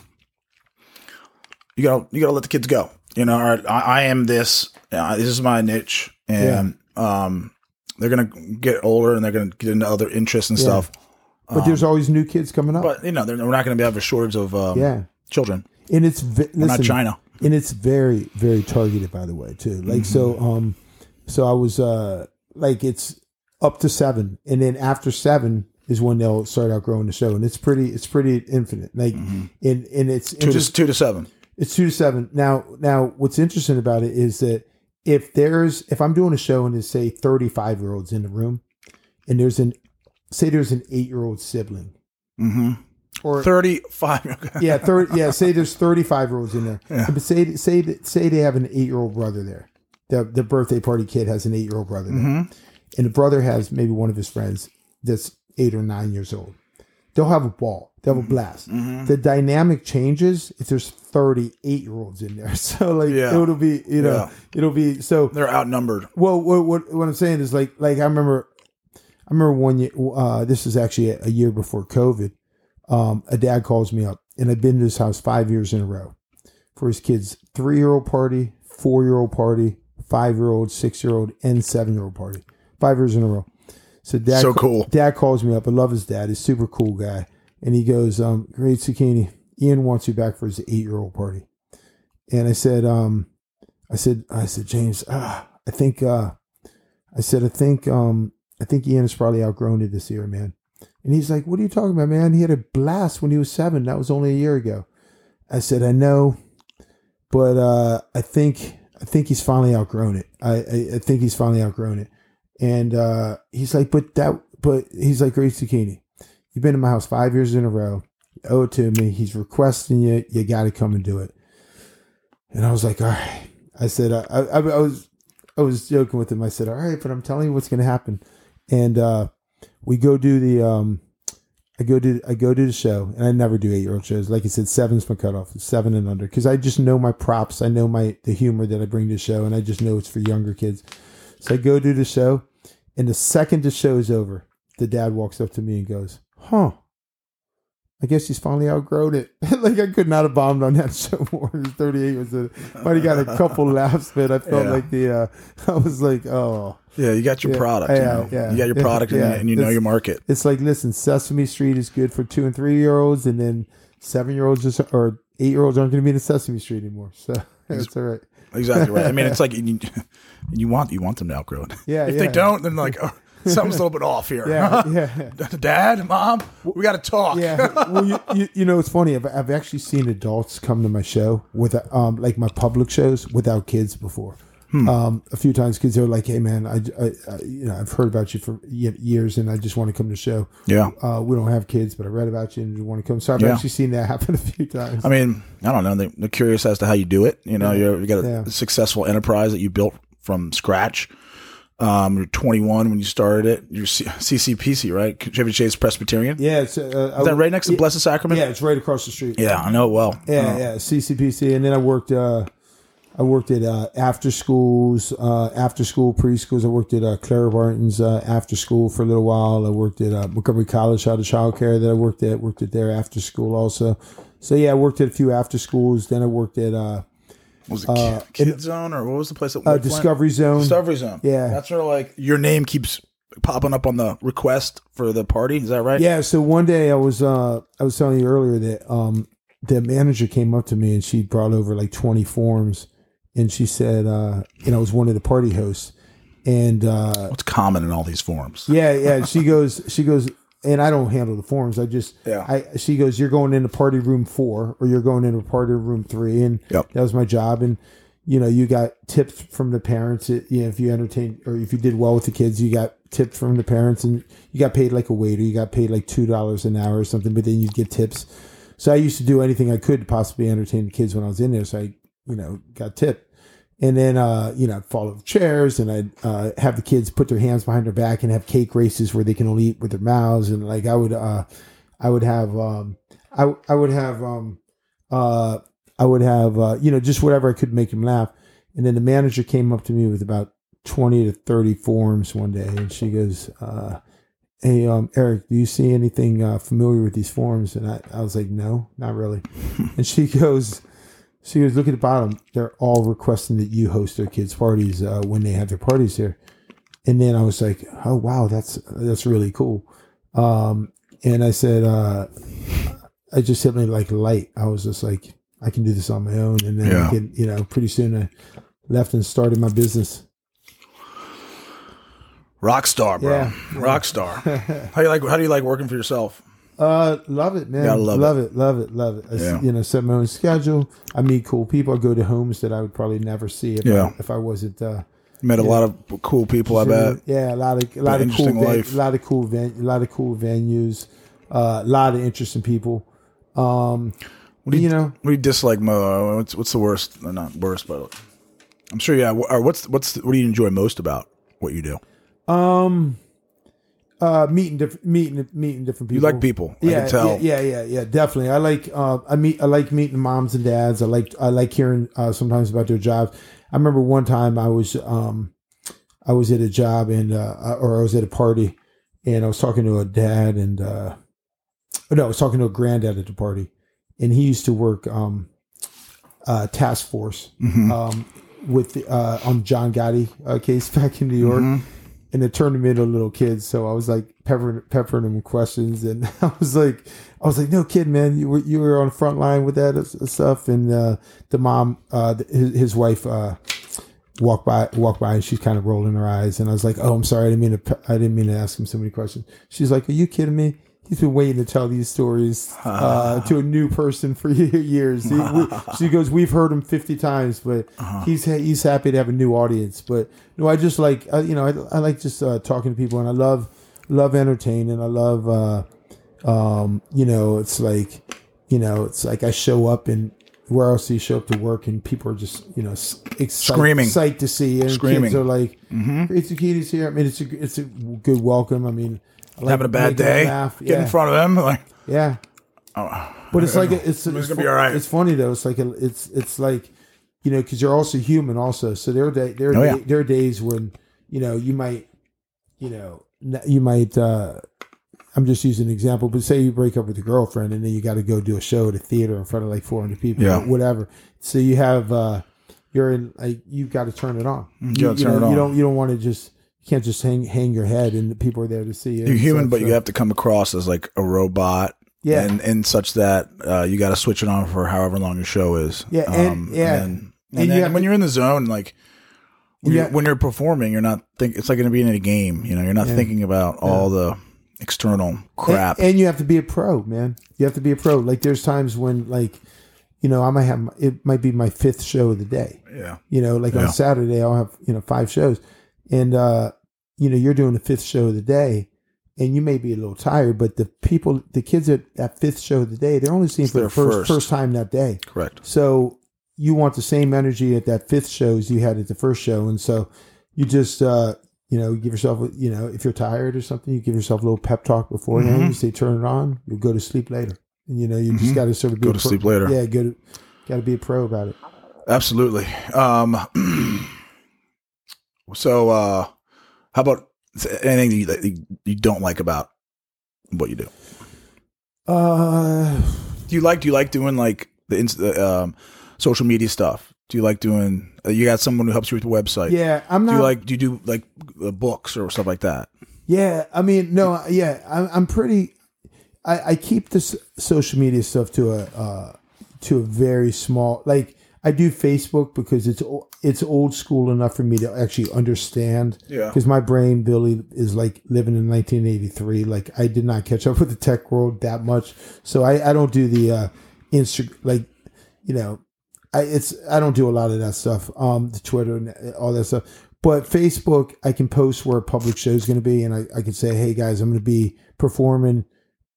Speaker 1: you gotta you gotta let the kids go. You know, all right, I, I am this. Uh, this is my niche, and um, they're gonna get older and they're gonna get into other interests and stuff.
Speaker 2: But there's always new kids coming up.
Speaker 1: Um, But you know, they're- we're not gonna be have a shortage of um,
Speaker 2: yeah,
Speaker 1: children.
Speaker 2: and it's ve-
Speaker 1: We're not
Speaker 2: listen,
Speaker 1: China.
Speaker 2: and it's very very targeted by the way too.
Speaker 1: Mm-hmm.
Speaker 2: Like so, um, so I was uh like it's up to seven, and then after seven is when they'll start outgrowing the show, and it's pretty it's pretty infinite. Like and and it's
Speaker 1: Mm-hmm. Two to, two to seven.
Speaker 2: It's two to seven. Now, now, what's interesting about it is that if there's if I'm doing a show and there's say 35 year olds in the room, and there's an say there's an eight year old sibling,
Speaker 1: Mm-hmm.
Speaker 2: or
Speaker 1: Thirty-five. *laughs*
Speaker 2: yeah, thirty. Yeah, say there's thirty-five year olds in there.
Speaker 1: Yeah.
Speaker 2: But say say say they have an eight-year-old brother there. The the birthday party kid has an eight-year-old brother, there.
Speaker 1: hmm
Speaker 2: and the brother has maybe one of his friends that's eight or nine years old. They'll have a ball. They'll
Speaker 1: Mm-hmm.
Speaker 2: have a blast. The dynamic changes if there's thirty-eight-year-olds in there. *laughs* So like
Speaker 1: Yeah.
Speaker 2: it'll be you know
Speaker 1: Yeah.
Speaker 2: it'll be so.
Speaker 1: They're outnumbered.
Speaker 2: Well, what, what what I'm saying is like like I remember, I remember one year. Uh, this is actually a, a year before COVID. Um, a dad calls me up, and I've been to his house five years in a row for his kids' three year old party, four year old party, five year old, six year old, and seven year old party. Five years in a row. So dad,
Speaker 1: So
Speaker 2: ca-
Speaker 1: cool.
Speaker 2: Dad calls me up. I love his dad. He's a super cool guy, and he goes, um, "Great zucchini." Ian wants you back for his eight year old party, and I said, um, I said, I said, James, ah, I think, uh, I said, I think, um, I think Ian has probably outgrown it this year, man. And he's like, what are you talking about, man? He had a blast when he was seven. That was only a year ago. I said, I know, but, uh, I think, I think he's finally outgrown it. I, I, I think he's finally outgrown it. And, uh, he's like, but that, but he's like, great zucchini. You've been in my house five years in a row. You owe it to me. He's requesting you. You got to come and do it. And I was like, all right. I said, I, I, I was, I was joking with him. I said, all right, but I'm telling you what's going to happen. And uh, we go do the, um, I go do, I go do the show, and I never do eight year old shows. Like I said, seven's my cutoff, it's seven and under, because I just know my props. I know my the humor that I bring to the show, and I just know it's for younger kids. So I go do the show, and the second the show is over, the dad walks up to me and goes, "Huh." I guess he's finally outgrown it. *laughs* like I could not have bombed on that *laughs* show more. His Thirty-eight was a, but
Speaker 1: *laughs*
Speaker 2: he got a couple laughs, but I felt
Speaker 1: Yeah.
Speaker 2: like the uh, *laughs* I was like, oh,
Speaker 1: Yeah, you got your
Speaker 2: Yeah,
Speaker 1: product. you,
Speaker 2: yeah,
Speaker 1: know?
Speaker 2: yeah,
Speaker 1: you got your
Speaker 2: yeah,
Speaker 1: product and,
Speaker 2: yeah.
Speaker 1: you- and you know
Speaker 2: It's-
Speaker 1: your market.
Speaker 2: it's like listen, Sesame Street is good for two and three year olds, and then seven year olds just or eight year olds aren't going to be in Sesame Street anymore. So *laughs* that's all right.
Speaker 1: Exactly right. I mean,
Speaker 2: *laughs*
Speaker 1: it's like you, you want you want them to outgrow it.
Speaker 2: Yeah,
Speaker 1: If they
Speaker 2: yeah.
Speaker 1: don't, then like oh, something's a little bit off here.
Speaker 2: Yeah, yeah,
Speaker 1: *laughs* Dad, mom, we got to talk.
Speaker 2: yeah. Well, you, you, you know, it's funny. I've, I've actually seen adults come to my show with um like my public shows without kids before.
Speaker 1: Hmm.
Speaker 2: Um, a few times kids they were like, "Hey, man, I, I, I you know I've heard about you for ye- years, and I just want to come to the show."
Speaker 1: *laughs* Yeah.
Speaker 2: Uh, we don't have kids, but I read about you and you want to come. So I've
Speaker 1: Yeah. Uh,
Speaker 2: actually seen that *laughs* happen a few times.
Speaker 1: I mean, I don't know. They, they're curious as to how you do it. You know, you're, you got a
Speaker 2: Yeah.
Speaker 1: successful enterprise that you built from scratch. Um, you're 21 when you started it. You're C- CCPC, right? Chevy Chase Presbyterian.
Speaker 2: yeah, it's, uh, I-
Speaker 1: Is that right next to Blessed Sacrament?
Speaker 2: Yeah, it's right across the street.
Speaker 1: Yeah, I know it well.
Speaker 2: Yeah, yeah, CCPC, and then I worked. Uh, I worked at uh, after schools, uh, after school preschools. I worked at uh, Clara Barton's uh, after school for a little while. I worked at uh, Montgomery College out of childcare that I worked at. Worked at their after school also. So yeah, I worked at a few after schools. Then I worked at uh,
Speaker 1: Was it Ki- Kid Zone or what was the place that
Speaker 2: uh, Discovery Zone.
Speaker 1: Discovery Zone?
Speaker 2: Yeah.
Speaker 1: that's where like your name keeps popping up on the request for the party. Is that right?
Speaker 2: Yeah. So one day I was uh I was telling you earlier that um the manager came up to me and she brought over like twenty forms and she said uh and I was one of the party hosts and uh
Speaker 1: What's common in all these forms?
Speaker 2: yeah yeah she goes she goes and I don't handle the forms I just
Speaker 1: Yeah.
Speaker 2: I she goes you're going into party room four or you're going into party room three and
Speaker 1: Yep.
Speaker 2: that was my job and you know you got tips from the parents it, you know if you entertained or if you did well with the kids you got tips from the parents and you got paid like a waiter you got paid like two dollars an hour or something but then you'd get tips so i used to do anything i could to possibly entertain the kids when i was in there so i you know got tipped and then uh you know I'd fall over chairs and i'd uh, have the kids put their hands behind their back and have cake races where they can only eat with their mouths and like i would uh i would have um i, I would have um uh I would have, uh, you know, just whatever I could make him laugh. And then the manager came up to me with about 20 to 30 forms one day. And she goes, uh, Hey, um, Eric, do you see anything uh, familiar with these forms? And I, I was like, No, not really. and she goes, She goes, Look at the bottom. They're all requesting that you host their kids' parties uh, when they have their parties here. And then I was like, Oh, wow, that's, that's really cool. Um, and I said, uh, I just hit me like light. I was just like, I can do this on my own. And then,
Speaker 1: Yeah.
Speaker 2: I could, you know, pretty soon I left and started my business.
Speaker 1: Rock star, bro.
Speaker 2: Yeah.
Speaker 1: Rock
Speaker 2: *laughs*
Speaker 1: star. how you like? How do you like working for yourself?
Speaker 2: Uh, love it, man.
Speaker 1: Gotta love
Speaker 2: love, it. love it, love it. I s-
Speaker 1: Yeah.
Speaker 2: You know, set my own schedule. I meet cool people. I go to homes that I would probably never see if
Speaker 1: Yeah.
Speaker 2: I, if I wasn't. Uh,
Speaker 1: Met a lot of cool people. I bet.
Speaker 2: yeah, a lot of a lot of cool,
Speaker 1: interesting
Speaker 2: ven-
Speaker 1: life.
Speaker 2: a lot of cool, ven- a lot of cool venues. Uh, a lot of interesting people. Um,
Speaker 1: What do you,
Speaker 2: you know,
Speaker 1: What do you dislike mo? What's what's the worst? Or not worst, but I'm sure. Yeah. wh- Or what's what's what do you enjoy most about what you do?
Speaker 2: um, uh, meeting different meeting meeting different
Speaker 1: You
Speaker 2: people.
Speaker 1: like people. I can tell.
Speaker 2: Yeah, yeah, yeah, yeah, definitely. I like uh, I meet I like meeting moms and dads. I like I like hearing uh, sometimes about their jobs. I remember one time I was um I was at a job and uh, I- or I was at a party and I was talking to a dad and uh oh, no, I was talking to a granddad at the party and he used to work um uh task force
Speaker 1: Mhm.
Speaker 2: um with the, uh on John Gotti uh, case *laughs* back in New York
Speaker 1: Mhm.
Speaker 2: and it turned me into a little kid. So I was like peppering, peppering him with questions, and *laughs* I was like, I was like, no kid, man, you were you were on the front line with that s- stuff. And uh, the mom, uh, th- his, his wife, uh, walked by, walked by, and she's kind of rolling her eyes. And I was like, oh, I'm sorry, I didn't mean to, pe- I didn't mean to ask him so many questions. She's like, are you kidding me? He's been waiting to tell these stories uh, to a new person for *laughs* years. He- we- she goes, "We've heard him fifty times, but he's he's happy to have a new audience." But no, I just like I, you know I, I like just uh, talking to people, and I love love entertaining. I love uh, um, you know it's like you know it's like I show up and where else do you show up to work, and people are just you know s- excited,
Speaker 1: Screaming.
Speaker 2: psyched to see you, and
Speaker 1: Screaming. Mm-hmm.
Speaker 2: kids are like, "It's the kiddies here." I mean, it's a it's a good welcome. I mean. I like
Speaker 1: Having a bad
Speaker 2: making them
Speaker 1: day.
Speaker 2: laugh.
Speaker 1: Get
Speaker 2: Yeah.
Speaker 1: in front of them. Like oh,
Speaker 2: Yeah. but it's like it's, it's,
Speaker 1: gonna be all right.
Speaker 2: It's funny though. It's like it's it's like you know because you're also human also. So there are day, there are
Speaker 1: Oh,
Speaker 2: day,
Speaker 1: yeah.
Speaker 2: there are days when you know you might you know n- you might. uh I'm just using an example, but say you break up with a girlfriend and then you got to go do a show at a theater in front of like 400 people,
Speaker 1: Yeah.
Speaker 2: whatever. So you have uh you're in like you've got to turn it on. You,
Speaker 1: Mm-hmm. gotta turn it
Speaker 2: know,
Speaker 1: on.
Speaker 2: You don't you don't want to just you can't just hang hang your head and the people are there to see you.
Speaker 1: you're
Speaker 2: and
Speaker 1: human,
Speaker 2: stuff,
Speaker 1: but you
Speaker 2: so-
Speaker 1: have to come across as like a robot.
Speaker 2: Yeah.
Speaker 1: And and such that uh, you got to switch it on for however long your show is. Um,
Speaker 2: Yeah, and- yeah.
Speaker 1: And, then,
Speaker 2: And
Speaker 1: and
Speaker 2: you
Speaker 1: then
Speaker 2: have
Speaker 1: when you're in the zone, like. When,
Speaker 2: Yeah.
Speaker 1: you're, when you're performing, you're not think it's like going to be in a game. You know, you're not thinking about all the external crap.
Speaker 2: And, and you have to be a pro, man. You have to be a pro. Like there's times when like, you know, I might have it might be my fifth show of the day.
Speaker 1: yeah,
Speaker 2: You know, like
Speaker 1: Yeah.
Speaker 2: on Saturday I'll have you know five shows, and uh, you know you're doing the fifth show of the day, and you may be a little tired, but the people, the kids at that fifth show of the day, they're only seeing for
Speaker 1: their
Speaker 2: the first
Speaker 1: first.
Speaker 2: first time that day.
Speaker 1: correct.
Speaker 2: So you want the same energy at that fifth show as you had at the first show, and so you just uh, you know give yourself you know if you're tired or something, you give yourself a little pep talk beforehand.
Speaker 1: Mm-hmm.
Speaker 2: You say turn it on, you'll go to sleep later. And, you know you just got to sort of be
Speaker 1: Go
Speaker 2: a
Speaker 1: to
Speaker 2: pro-
Speaker 1: sleep later.
Speaker 2: Yeah, go to got to be a pro about it.
Speaker 1: Absolutely. Um, *clears throat* so, uh, how about anything that you, that you- you don't like about what you do?
Speaker 2: Uh,
Speaker 1: Do you like? Do you like doing like the, ins- the um, social media stuff? Do you like doing? Uh, you got someone who helps you with the website.
Speaker 2: yeah, I'm
Speaker 1: Do
Speaker 2: not.
Speaker 1: you like? Do you do like uh, books or stuff like that?
Speaker 2: Yeah, I mean, no, yeah, I'm, I'm pretty. I, I keep this social media stuff to a uh, to a very small. Like I do Facebook because it's o- it's old school enough for me to actually understand.
Speaker 1: Yeah.
Speaker 2: Because my brain, Billy, is like living in 1983. Like I did not catch up with the tech world that much, so I I don't do the uh, Insta like you know I it's I don't do a lot of that stuff. Um, the Twitter and all that stuff. But Facebook, I can post where a public show is going to be, and I, I can say, hey guys, I'm going to be performing,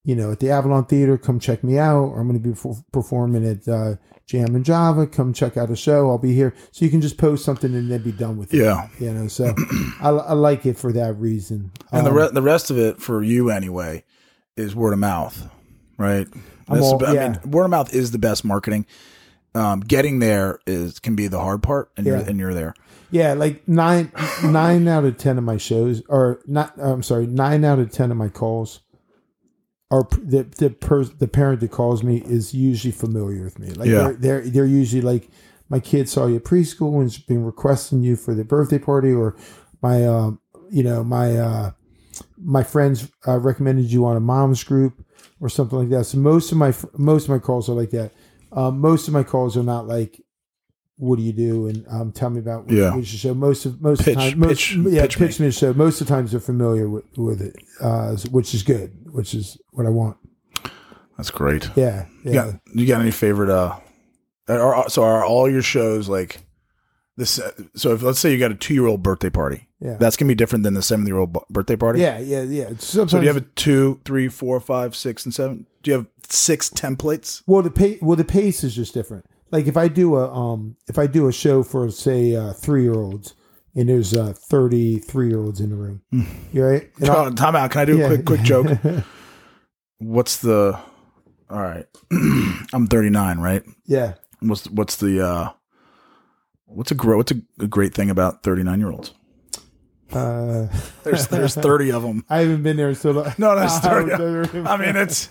Speaker 2: you know, at the Avalon Theater. Come check me out. Or I'm going to be perf- performing at uh, Jam and Java. Come check out a show. I'll be here. So you can just post something and then be done with it.
Speaker 1: Yeah.
Speaker 2: You know, so I, I like it for that reason.
Speaker 1: And the
Speaker 2: Um,
Speaker 1: re- the rest of it for you anyway is word of mouth, right?
Speaker 2: I'm
Speaker 1: That's
Speaker 2: all-
Speaker 1: the be- I
Speaker 2: yeah.
Speaker 1: mean, word of mouth is the best marketing. Um, getting there is can be the hard part, and
Speaker 2: Yeah.
Speaker 1: you're and you're there.
Speaker 2: Yeah, like nine nine out of ten of my shows, or not. I'm sorry, nine out of ten of my calls are p- the the per, the parent that calls me is usually familiar with me. Like
Speaker 1: Yeah.
Speaker 2: they're, they're they're usually like my kid saw you at preschool and's been requesting you for their birthday party, or my um you know my uh, my friends uh, recommended you on a mom's group or something like that. So most of my fr- most of my calls are like that. Um, most of my calls are not like what do you do and um, tell me about what
Speaker 1: Yeah.
Speaker 2: you should show. Most of most
Speaker 1: Pitch-
Speaker 2: of time, most,
Speaker 1: pitch-
Speaker 2: yeah,
Speaker 1: pitch
Speaker 2: pitch,
Speaker 1: me.
Speaker 2: me a show. Most of the times they're familiar with, with it, uh, which is good, which is what I want.
Speaker 1: That's great.
Speaker 2: Yeah, yeah.
Speaker 1: You got you got any favorite? Uh, are, are- so are all your shows like this. uh, So if let's say you got a two year old birthday party,
Speaker 2: Yeah.
Speaker 1: that's gonna be different than the seven year old birthday party.
Speaker 2: Yeah, yeah, yeah. Sometimes,
Speaker 1: So do you have a two, three, four, five, six, and seven? Do you have six templates?
Speaker 2: well, the pace, well, the pace is just different. Like if I do a, um, if I do a show for say uh, three year olds, and there's uh, thirty three year olds in the room, you right?
Speaker 1: *laughs*
Speaker 2: And I'll-
Speaker 1: Oh, time out. Can I do
Speaker 2: yeah.
Speaker 1: a quick quick
Speaker 2: *laughs*
Speaker 1: joke? What's the? All right, *clears throat* I'm 39, right?
Speaker 2: yeah,
Speaker 1: What's what's the? uh What's a gro- what's a, a great thing about 39 year olds?
Speaker 2: uh,
Speaker 1: There's there's 30 of them.
Speaker 2: I haven't been there so long.
Speaker 1: *laughs* No, that's
Speaker 2: *laughs* I
Speaker 1: 30.
Speaker 2: haven't been there.
Speaker 1: I mean, it's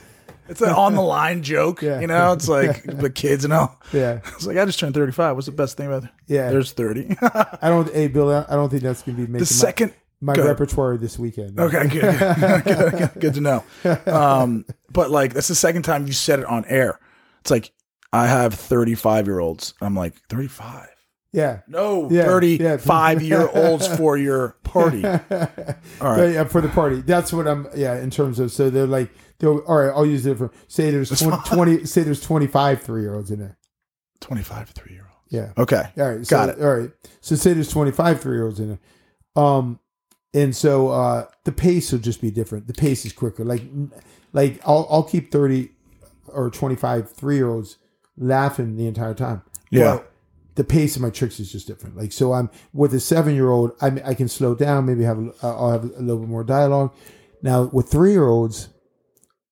Speaker 1: it's an on the line joke.
Speaker 2: Yeah.
Speaker 1: You know, it's like the kids and all.
Speaker 2: yeah,
Speaker 1: It's like I just turned 35. What's the best thing about it?
Speaker 2: yeah.
Speaker 1: There's *laughs* 30.
Speaker 2: I don't, hey Bill, I don't think that's gonna be making
Speaker 1: the second
Speaker 2: my, my
Speaker 1: go.
Speaker 2: repertoire this weekend.
Speaker 1: Okay, *laughs*
Speaker 2: *laughs*
Speaker 1: good. good, good, good to know. Um, but like that's the second time you said it on air. It's like I have 35 year olds. I'm like 35.
Speaker 2: Yeah.
Speaker 1: No,
Speaker 2: Yeah,
Speaker 1: 35 year olds for your
Speaker 2: *laughs*
Speaker 1: party. All
Speaker 2: Yeah,
Speaker 1: right.
Speaker 2: yeah, for the party. That's what I'm. Yeah, in terms of so they're like, they're, all right, I'll use it for say there's 20, 20 say there's 25 three year olds in there.
Speaker 1: 25 3 year old.
Speaker 2: Yeah.
Speaker 1: Okay.
Speaker 2: All right. So,
Speaker 1: Got it.
Speaker 2: All right. So say there's 25 three year olds in there. Um, and so uh, the pace will just be different. The pace is quicker. Like, like I'll I'll keep 30 or 25 three year olds laughing the entire time.
Speaker 1: Yeah.
Speaker 2: But the pace of my tricks is just different. Like, so I'm with a seven year old, I I can slow down. Maybe have a, uh, I'll have a little bit more dialogue. Now with three year olds,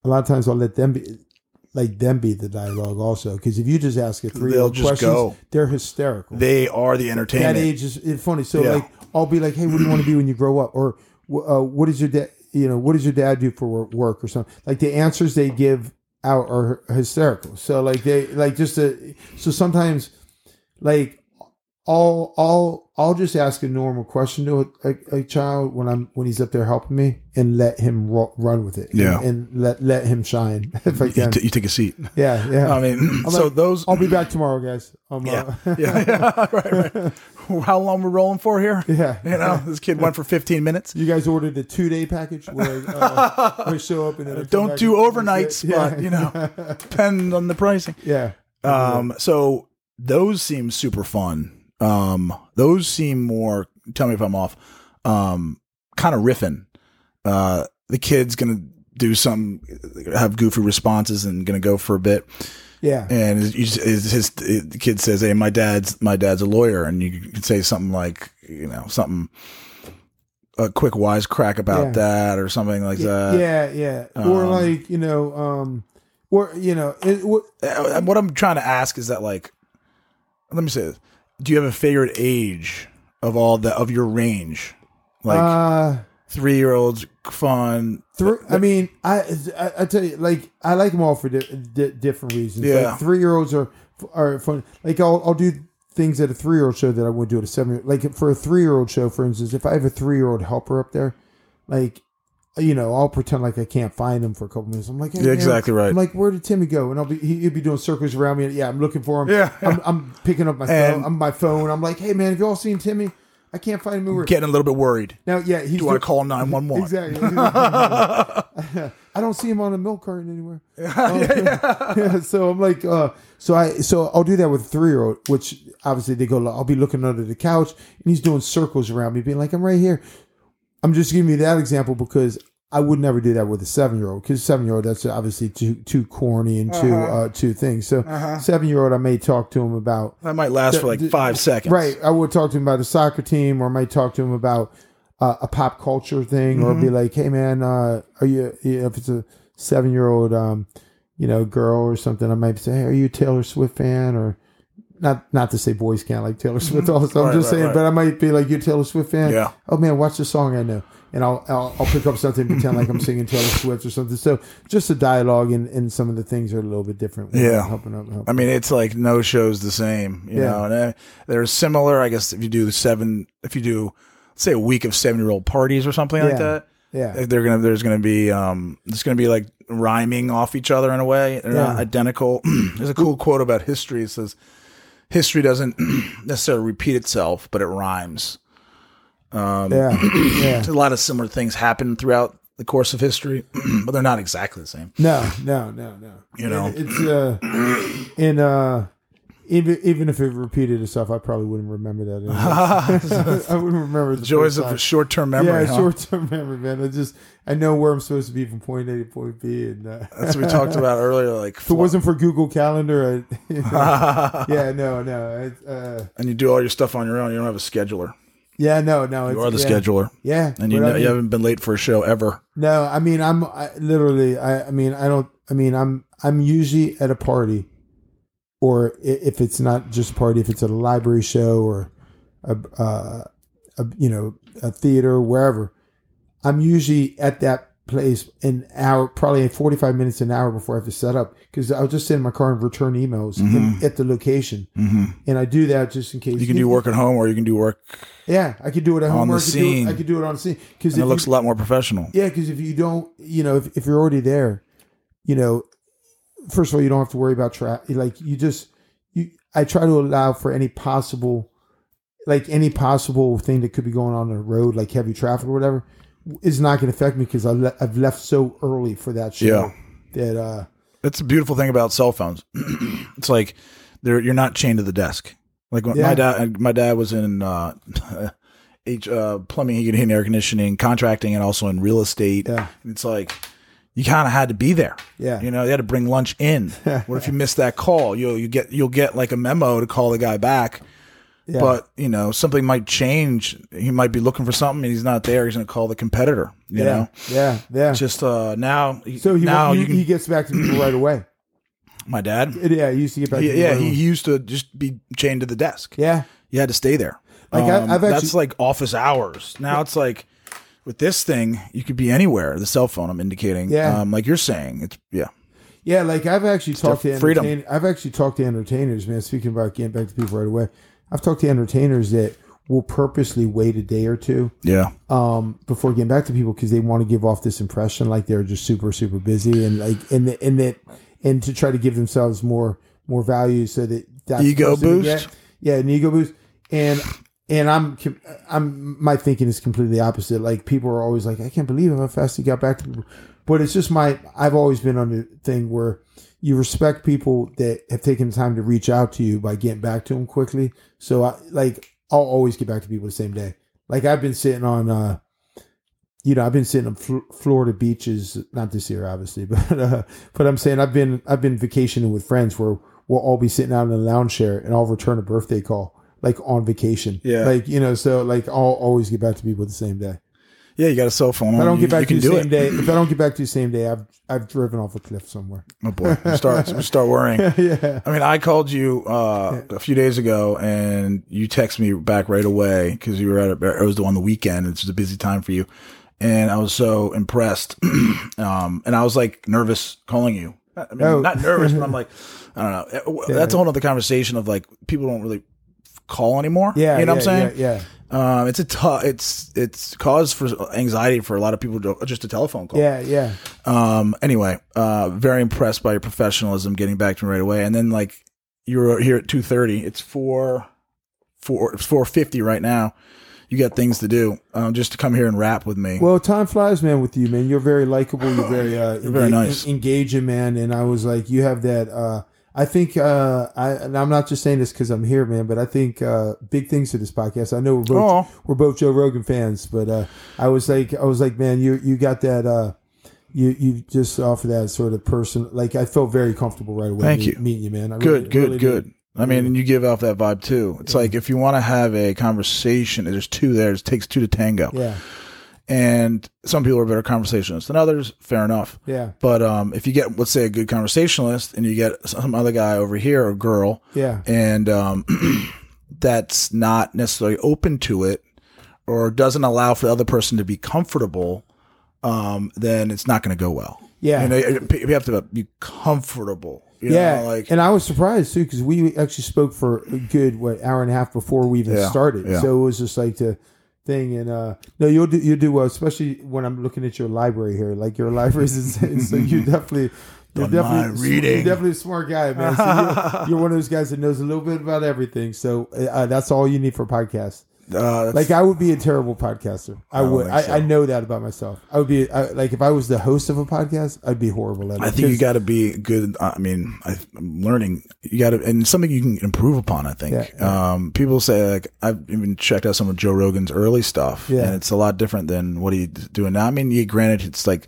Speaker 2: a lot of times I'll let them be. Like them be the dialogue also because if you just ask a three year old
Speaker 1: just
Speaker 2: questions,
Speaker 1: go.
Speaker 2: they're hysterical
Speaker 1: They are the
Speaker 2: that
Speaker 1: entertainment.
Speaker 2: age is it's funny. So
Speaker 1: Yeah.
Speaker 2: like, I'll be like, "Hey, what do you want to be when you grow up?" Or wh- uh, "What does your dad, you know, what does your dad do for wor- work?" Or something. Like the answers they give out are hysterical. So like they like just a, so sometimes like I'll I'll I'll just ask a normal question to a, a, a child when I'm when he's up there helping me and let him ru- run with it.
Speaker 1: Yeah.
Speaker 2: and, and let let him shine *laughs* if I
Speaker 1: You,
Speaker 2: can.
Speaker 1: t- you take a
Speaker 2: *laughs*
Speaker 1: seat.
Speaker 2: Yeah, yeah.
Speaker 1: I mean, so
Speaker 2: like- oh
Speaker 1: those.
Speaker 2: I'll be back tomorrow, guys. I'm,
Speaker 1: Yeah.
Speaker 2: uh, *laughs*
Speaker 1: yeah, yeah, *laughs* right, right. How long we're rolling for here?
Speaker 2: yeah.
Speaker 1: You know, this kid went for 15 minutes.
Speaker 2: You guys ordered the two day package where
Speaker 1: *laughs*
Speaker 2: uh, we show up and then
Speaker 1: Don't do overnights,
Speaker 2: Yeah.
Speaker 1: but you
Speaker 2: *laughs*
Speaker 1: know, depend on the pricing.
Speaker 2: yeah,
Speaker 1: Um, so those seem super fun. Um, those seem more. Tell me if I'm off. Um, kind of riffing. Uh, the kid's gonna do some, have goofy responses, and gonna go for a bit.
Speaker 2: yeah,
Speaker 1: And is, is is his the kid says, "Hey, my dad's my dad's a lawyer," and you could say something like, you know, something a quick wisecrack about
Speaker 2: Yeah.
Speaker 1: that or something like that.
Speaker 2: yeah, yeah. or
Speaker 1: uh, um,
Speaker 2: like you know, um, or you know, it, what,
Speaker 1: Uh, what I'm trying to ask is that like, let me say this: Do you have a favorite age of all the of your range? Like
Speaker 2: uh,
Speaker 1: three year olds, fun.
Speaker 2: three. I mean, I, I I tell you, like I like them all for di- di- different reasons.
Speaker 1: Yeah.
Speaker 2: like, three year olds are are fun. Like I'll I'll do things at a three year old show that I wouldn't do at a seven. year Like for a three year old show, for instance, if I have a three year old helper up there, like. You know, I'll pretend like I can't find him for a couple minutes. I'm like, hey,
Speaker 1: Yeah,
Speaker 2: man,
Speaker 1: exactly right.
Speaker 2: I'm like, where did Timmy go? And I'll be he, he'd be doing circles around me. And, yeah, I'm looking for him.
Speaker 1: Yeah.
Speaker 2: I'm, I'm picking up my phone.
Speaker 1: And-
Speaker 2: I'm my phone. I'm like, hey man, have you all seen Timmy? I can't find him. Anywhere.
Speaker 1: Getting a little bit worried.
Speaker 2: Now, yeah, he's
Speaker 1: Do I
Speaker 2: doing-
Speaker 1: call nine one one?
Speaker 2: Exactly. I don't see him on a milk carton anywhere. Um, *laughs* yeah, *laughs* so I'm like, uh, so I, so I'll do that with three year old, which obviously they go. I'll be looking under the couch, and he's doing circles around me, being like, "I'm right here." I'm just giving you that example because I would never do that with a seven year old. Because seven year old, that's obviously too too corny and too uh too things. So seven year old, I may talk to him about
Speaker 1: That might last for like five seconds.
Speaker 2: Right. I would talk to him about the soccer team, or I might talk to him about uh, a pop culture thing, or
Speaker 1: Mm-hmm.
Speaker 2: be like, "Hey, man, uh, are you? you know, If it's a seven-year-old, um, you know, girl or something, I might say, hey, are you a Taylor Swift fan?" Or not, not to say boys can't like Taylor Swift. Also, I'm
Speaker 1: Mm-hmm. Right,
Speaker 2: just
Speaker 1: right,
Speaker 2: saying,
Speaker 1: right.
Speaker 2: but I might be like, "You a Taylor Swift fan?"
Speaker 1: Yeah.
Speaker 2: Oh man, watch the song I know, and I'll I'll, I'll pick up something,
Speaker 1: *laughs*
Speaker 2: pretend like I'm singing Taylor Swift or something. So just the dialogue and, and some of the things are a little bit different. when
Speaker 1: Yeah.
Speaker 2: helping out. helping-
Speaker 1: I mean, it's like no show's the same, you
Speaker 2: Yeah.
Speaker 1: know. And uh, they're similar, I guess. If you do the seven, if you do, say, a week of seven-year-old parties or something
Speaker 2: Yeah.
Speaker 1: like that,
Speaker 2: yeah.
Speaker 1: they're gonna there's gonna be um it's gonna be like rhyming off each other in a way they're not
Speaker 2: Yeah.
Speaker 1: identical *clears throat* there's a cool quote about history it says history doesn't *clears throat* necessarily repeat itself but it rhymes Um,
Speaker 2: Yeah,
Speaker 1: *clears throat*
Speaker 2: yeah.
Speaker 1: a lot of similar things happen throughout the course of history *clears throat* but they're not exactly the same
Speaker 2: No, no, no, no. *clears throat*
Speaker 1: You know?
Speaker 2: It- it's uh, in uh, even even if it repeated itself, I probably wouldn't remember that.
Speaker 1: *laughs*
Speaker 2: anyway. *laughs* I wouldn't remember
Speaker 1: The
Speaker 2: the
Speaker 1: joys
Speaker 2: first
Speaker 1: of
Speaker 2: time.
Speaker 1: short term memory.
Speaker 2: Yeah,
Speaker 1: huh?
Speaker 2: short term memory, man. I just I know where I'm supposed to be from point A to point B,
Speaker 1: *laughs*
Speaker 2: and uh,
Speaker 1: That's what we talked
Speaker 2: *laughs*
Speaker 1: about earlier. Like, *laughs*
Speaker 2: If it wasn't for Google Calendar, I, *laughs*
Speaker 1: and
Speaker 2: yeah, no, no, I, uh,
Speaker 1: you do all your stuff on your own. You don't have a scheduler.
Speaker 2: yeah, no, no.
Speaker 1: You
Speaker 2: it's-
Speaker 1: are the
Speaker 2: yeah,
Speaker 1: scheduler,
Speaker 2: yeah.
Speaker 1: and you
Speaker 2: but I
Speaker 1: know,
Speaker 2: mean-
Speaker 1: you haven't been late for a show ever.
Speaker 2: No, I mean I'm I, literally. I, I mean I don't. I mean I'm I'm usually at a party, or i- if it's not just a party, if it's at a library show or a, uh, a you know a theater wherever, I'm usually at that place an hour, probably 45 minutes an hour before I have to set up because I'll just send my car and return emails in, at the location,
Speaker 1: hmm
Speaker 2: and I do that just in case
Speaker 1: Mm-hmm. You can do work at home, or you can do work,
Speaker 2: Yeah, I could do it at home.
Speaker 1: on the
Speaker 2: or I could do it-
Speaker 1: scene.
Speaker 2: I could do it on the scene because
Speaker 1: and it looks a lot more professional.
Speaker 2: yeah, because if you don't, you know, if, if you're already there, you know, first of all, you don't have to worry about traffic. Like you just, you. I try to allow for any possible, like any possible thing that could be going on, on the road, like heavy traffic or whatever, is not going to affect me because I le- I've left so early for that show
Speaker 1: Yeah.
Speaker 2: that uh
Speaker 1: That's a beautiful thing about cell phones. *clears throat* it's like they're, you're not chained to the desk. Like when my
Speaker 2: Yeah.
Speaker 1: dad, my dad was in uh, *laughs* H, uh, plumbing, heating, and air conditioning, contracting, and also in real estate.
Speaker 2: Yeah.
Speaker 1: It's like you kind of had to be there.
Speaker 2: Yeah.
Speaker 1: you know, you had to bring lunch
Speaker 2: *laughs*
Speaker 1: in. what if you miss that call? You you get you'll get like a memo to call the guy back.
Speaker 2: yeah.
Speaker 1: But you know, something might change. He might be looking for something, and he's not there. He's going to call the competitor. You
Speaker 2: yeah,
Speaker 1: know,
Speaker 2: yeah, yeah.
Speaker 1: just uh, now.
Speaker 2: so he,
Speaker 1: now
Speaker 2: he,
Speaker 1: you can.
Speaker 2: he gets back to people right away.
Speaker 1: my dad.
Speaker 2: Yeah, he used to get back.
Speaker 1: Yeah,
Speaker 2: to people
Speaker 1: yeah
Speaker 2: right
Speaker 1: he,
Speaker 2: away.
Speaker 1: he used to just be chained to the desk.
Speaker 2: yeah,
Speaker 1: You had to stay there. Um,
Speaker 2: Like, I- I've actually-
Speaker 1: that's like office hours. Now it's like with this thing, you could be anywhere. The cell phone, I'm indicating.
Speaker 2: Yeah.
Speaker 1: Um, like you're saying, it's yeah.
Speaker 2: Yeah, like I've actually talked to
Speaker 1: their freedom.
Speaker 2: entertain, I've actually talked to entertainers, man. Speaking about getting back to people right away, I've talked to entertainers that will purposely wait a day or two
Speaker 1: Yeah.
Speaker 2: um, before getting back to people because they want to give off this impression like they're just super super busy and like and the, and that and to try to give themselves more more value so that that's the
Speaker 1: Ego
Speaker 2: person they
Speaker 1: boost?
Speaker 2: get. yeah, an ego boost, and and I'm com- I'm my thinking is completely opposite. Like people are always like, I can't believe how fast he got back to people, but it's just my I've always been on the thing where you respect people that have taken the time to reach out to you by getting back to them quickly. So I like I'll always get back to people the same day. Like I've been sitting on, uh, you know, I've been sitting on Fl- Florida beaches. Not this year, obviously, *laughs* but uh, but I'm saying I've been I've been vacationing with friends where we'll all be sitting out in a lounge chair and I'll return a birthday call like on vacation.
Speaker 1: Yeah.
Speaker 2: like you know, so like I'll always get back to people the same day.
Speaker 1: Yeah, you got a cell phone.
Speaker 2: If I
Speaker 1: on,
Speaker 2: don't
Speaker 1: you,
Speaker 2: get back to
Speaker 1: you
Speaker 2: you
Speaker 1: can
Speaker 2: the
Speaker 1: do
Speaker 2: same
Speaker 1: it.
Speaker 2: day, if I don't get back to you the same day, I've I've driven off a cliff somewhere.
Speaker 1: Oh boy, we start we start worrying.
Speaker 2: *laughs* yeah,
Speaker 1: I mean, I called you uh, a few days ago, and you text me back right away because you were at a, it was on the weekend. It's a busy time for you, and I was so impressed. *clears throat* um, and I was like nervous calling you. I mean,
Speaker 2: Oh.
Speaker 1: not nervous, but I'm
Speaker 2: *laughs*
Speaker 1: like, I don't know. That's a whole other conversation of like people don't really call anymore.
Speaker 2: yeah.
Speaker 1: you know what I'm
Speaker 2: yeah,
Speaker 1: saying.
Speaker 2: Yeah, yeah.
Speaker 1: Um, it's a tough. It's it's cause for anxiety for a lot of people. To, just a telephone call.
Speaker 2: Yeah, yeah,
Speaker 1: Um, anyway, uh, very impressed by your professionalism getting back to me right away. And then like you were here at two thirty. It's four four it's four fifty right now. You got things to do. Um, just to come here and rap with me.
Speaker 2: Well, time flies, man. With you, man, you're very likable. You're very, uh,
Speaker 1: You're very
Speaker 2: enga-
Speaker 1: nice.
Speaker 2: engaging, man. And I was like, you have that. Uh, I think uh, I, and I'm not just saying this because I'm here, man. But I think uh, big things to this podcast. I know we're both
Speaker 1: Aw.
Speaker 2: we're both Joe Rogan fans, but uh, I was like, I was like, man, you you got that. Uh, you you just offer that sort of person. Like I felt very comfortable right away.
Speaker 1: Thank
Speaker 2: meet-
Speaker 1: you.
Speaker 2: meeting you, man. I
Speaker 1: good,
Speaker 2: really-
Speaker 1: good,
Speaker 2: really
Speaker 1: good.
Speaker 2: did.
Speaker 1: I mean, and you give off that vibe too. It's like if you want to have a conversation, there's two there. It takes two to tango.
Speaker 2: Yeah,
Speaker 1: And some people are better conversationalists than others. Fair enough.
Speaker 2: yeah,
Speaker 1: But um, if you get, let's say, a good conversationalist, and you get some other guy over here or girl,
Speaker 2: yeah,
Speaker 1: and um, *clears throat* that's not necessarily open to it or doesn't allow for the other person to be comfortable, um, then it's not going to go well.
Speaker 2: yeah.
Speaker 1: You know, you you have to be comfortable. You
Speaker 2: yeah,
Speaker 1: know, like
Speaker 2: and I was surprised too because we actually spoke for a good what hour and a half before we even
Speaker 1: Yeah,
Speaker 2: started.
Speaker 1: yeah.
Speaker 2: So it was just like the thing, and uh no, you'll do you'll do well, especially when I'm looking at your library here. Like your library is *laughs* insane,
Speaker 1: *laughs*
Speaker 2: so you definitely. You're
Speaker 1: Done my
Speaker 2: definitely,
Speaker 1: reading.
Speaker 2: you're definitely a smart guy,
Speaker 1: *laughs*
Speaker 2: man. So you're, you're one of those guys that knows a little bit about everything. So uh, that's all you need for a podcast.
Speaker 1: Uh,
Speaker 2: Like I would be a terrible podcaster. I,
Speaker 1: don't
Speaker 2: would.
Speaker 1: think
Speaker 2: I,
Speaker 1: so.
Speaker 2: I know that about myself. I would be I, like if I was the host of a podcast, I'd be horrible at it.
Speaker 1: I think you
Speaker 2: because-
Speaker 1: got to be good. uh, I mean, I, I'm learning. You got to, and it's something you can improve upon. I think.
Speaker 2: Yeah,
Speaker 1: Um, people say like I've even checked out some of Joe Rogan's early stuff,
Speaker 2: Yeah.
Speaker 1: and it's a lot different than what he's doing now. I mean, yeah, granted, it's like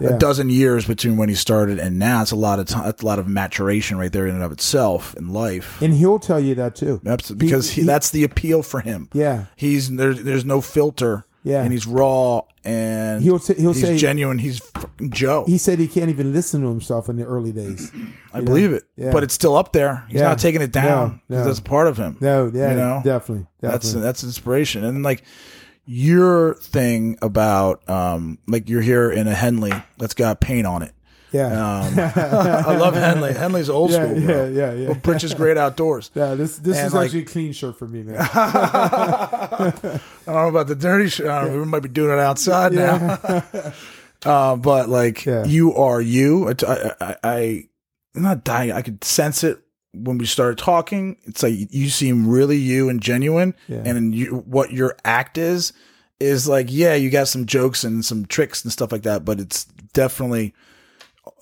Speaker 2: Yeah.
Speaker 1: a dozen years between when he started and now. It's a lot of time. That's a lot of maturation right there in and of itself in life.
Speaker 2: and he'll tell you that too.
Speaker 1: That's because he,
Speaker 2: he-
Speaker 1: that's the appeal for him.
Speaker 2: Yeah.
Speaker 1: He's there's there's no filter.
Speaker 2: Yeah.
Speaker 1: and he's raw and
Speaker 2: He'll say- he'll
Speaker 1: he's
Speaker 2: say-
Speaker 1: genuine. He's fucking Joe.
Speaker 2: He said he can't even listen to himself in the early days.
Speaker 1: I believe it,
Speaker 2: Yeah.
Speaker 1: but it's still up there. He's
Speaker 2: Yeah.
Speaker 1: not taking it down.
Speaker 2: No, no.
Speaker 1: That's part of him.
Speaker 2: No, yeah,
Speaker 1: You know?
Speaker 2: definitely,
Speaker 1: that's
Speaker 2: definitely.
Speaker 1: that's inspiration. And like your thing about um, like you're here in a Henley that's got paint on it.
Speaker 2: yeah,
Speaker 1: Um, *laughs* I love Henley. Henley's old
Speaker 2: yeah,
Speaker 1: school.
Speaker 2: yeah,
Speaker 1: bro.
Speaker 2: yeah, yeah, yeah.
Speaker 1: Pritch's great outdoors.
Speaker 2: this this
Speaker 1: And,
Speaker 2: is
Speaker 1: like-
Speaker 2: actually a clean shirt for me, man.
Speaker 1: *laughs* I don't know about the dirty. Sh- I don't know, we might be doing it outside now. uh, but like
Speaker 2: Yeah.
Speaker 1: you are you. I, I, I, I I'm not dying. I could sense it when we started talking. It's like you seem really you and genuine,
Speaker 2: Yeah.
Speaker 1: and you, what your act is is like. Yeah, you got some jokes and some tricks and stuff like that, but it's definitely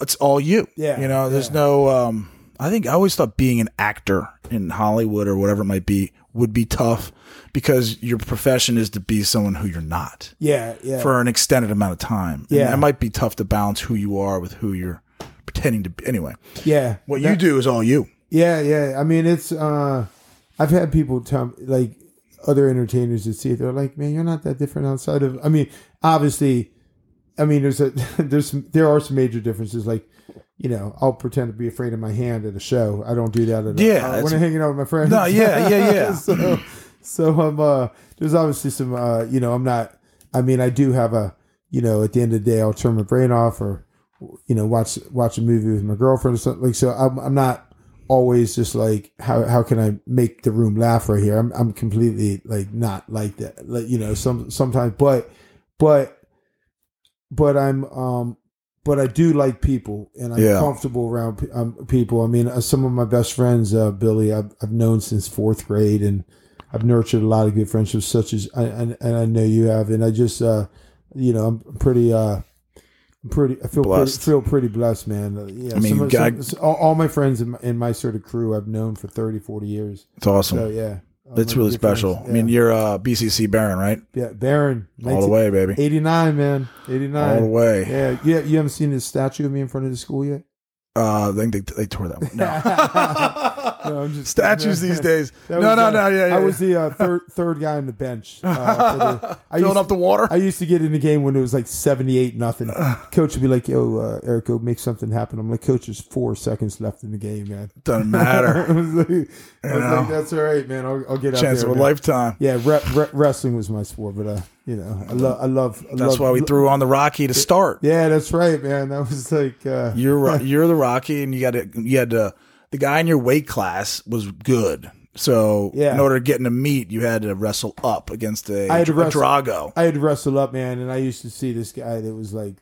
Speaker 1: it's all you.
Speaker 2: Yeah,
Speaker 1: you know. There's
Speaker 2: yeah.
Speaker 1: no. um I think I always thought being an actor in Hollywood or whatever it might be would be tough because your profession is to be someone who you're not
Speaker 2: yeah, yeah,
Speaker 1: for an extended amount of time. And
Speaker 2: Yeah.
Speaker 1: it might be tough to balance who you are with who you're pretending to be. Anyway,
Speaker 2: yeah.
Speaker 1: what you do is all you.
Speaker 2: Yeah, yeah. I mean, it's. uh I've had people tell me, like other entertainers that see it. They're like, "Man, you're not that different outside of." I mean, obviously, I mean, there's a *laughs* there's some, there are some major differences. Like, you know, I'll pretend to be afraid of my hand at a show. I don't do that at
Speaker 1: Yeah,
Speaker 2: all.
Speaker 1: that's-
Speaker 2: when I'm hanging out with my friends.
Speaker 1: No, yeah, yeah, yeah.
Speaker 2: *laughs* so, so I'm. Uh, there's obviously some. Uh, you know, I'm not. I mean, I do have a. You know, at the end of the day, I'll turn my brain off or you know watch watch a movie with my girlfriend or something like so i'm, I'm not always just like how, how can i make the room laugh right here i'm, I'm completely like not like that like you know some sometimes but but but i'm um but i do like people and i'm
Speaker 1: Yeah.
Speaker 2: comfortable around pe- um, people i mean uh, some of my best friends uh, billy I've, I've known since fourth grade and i've nurtured a lot of good friendships such as I, and, and i know you have and i just uh you know i'm pretty uh I'm pretty. I feel pretty,
Speaker 1: Blessed.
Speaker 2: feel pretty blessed, man. Uh, Yeah,
Speaker 1: I mean,
Speaker 2: some-
Speaker 1: guy-
Speaker 2: some- all, all my friends in my, in my sort of crew I've known for 30, 40 years.
Speaker 1: It's awesome.
Speaker 2: So yeah, all
Speaker 1: Oh, That's
Speaker 2: my
Speaker 1: really
Speaker 2: good friends.
Speaker 1: special.
Speaker 2: Yeah.
Speaker 1: I mean, you're uh, BCC Baron, right?
Speaker 2: yeah, Baron,
Speaker 1: all the way, baby.
Speaker 2: eighty nine, man, eighty
Speaker 1: All the
Speaker 2: nine.
Speaker 1: way.
Speaker 2: Yeah, yeah. You haven't seen his statue of me in front of the school yet.
Speaker 1: Uh, I think they, they tore that one. *laughs* No.
Speaker 2: *laughs* No, I'm just
Speaker 1: Statues
Speaker 2: *laughs*
Speaker 1: these days.
Speaker 2: That
Speaker 1: No,
Speaker 2: was,
Speaker 1: no,
Speaker 2: uh,
Speaker 1: no. Yeah, yeah.
Speaker 2: I was the
Speaker 1: *laughs*
Speaker 2: uh, third third guy on the bench. Uh, for the, I
Speaker 1: filling
Speaker 2: used
Speaker 1: up the water.
Speaker 2: I used to get in the game when it was like
Speaker 1: *sighs*
Speaker 2: 78 nothing. Coach would be like, yo, uh, Eric, go make something happen. I'm like, coach, there's four seconds left in the
Speaker 1: *laughs*
Speaker 2: game, man.
Speaker 1: Doesn't
Speaker 2: I *laughs*
Speaker 1: matter.
Speaker 2: was like, I was
Speaker 1: know.
Speaker 2: like that's all right, man. I'll, I'll get out
Speaker 1: Chance
Speaker 2: there.
Speaker 1: of a
Speaker 2: man."
Speaker 1: lifetime.
Speaker 2: Yeah, re- re- wrestling was my sport, but, uh, you know, I, love I love. I
Speaker 1: That's
Speaker 2: love-
Speaker 1: why we threw on the Rocky to start.
Speaker 2: Yeah, that's right, man. That was like, uh,
Speaker 1: You're
Speaker 2: *laughs*
Speaker 1: Ro- you're the Rocky, and you got to you had to the guy in your weight class was good. So
Speaker 2: Yeah.
Speaker 1: in order to get in a meet, you had to wrestle up against a,
Speaker 2: I had to
Speaker 1: a
Speaker 2: wrestle-
Speaker 1: Drago.
Speaker 2: I had to wrestle up, man, and I used to see this guy that was like,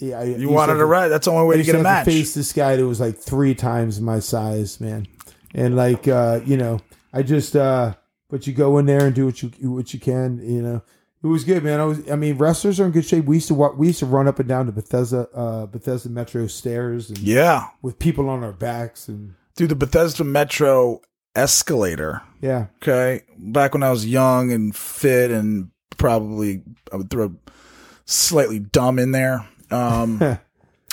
Speaker 2: yeah, I,
Speaker 1: You wanted to
Speaker 2: wrestle.
Speaker 1: ride. That's the only way
Speaker 2: I
Speaker 1: to
Speaker 2: used
Speaker 1: get a
Speaker 2: to have
Speaker 1: match.
Speaker 2: to face this guy that was like three times my size, man. And like uh, you know, I just uh but you go in there and do what you what you can, you know. It was good, man. I was I mean, wrestlers are in good shape. We used to walk, we used to run up and down the Bethesda uh Bethesda Metro stairs and
Speaker 1: Yeah,
Speaker 2: with people on our backs and
Speaker 1: dude, the Bethesda Metro escalator.
Speaker 2: yeah.
Speaker 1: Okay, back when I was young and fit, and probably I would throw slightly dumb in there. Um,
Speaker 2: *laughs*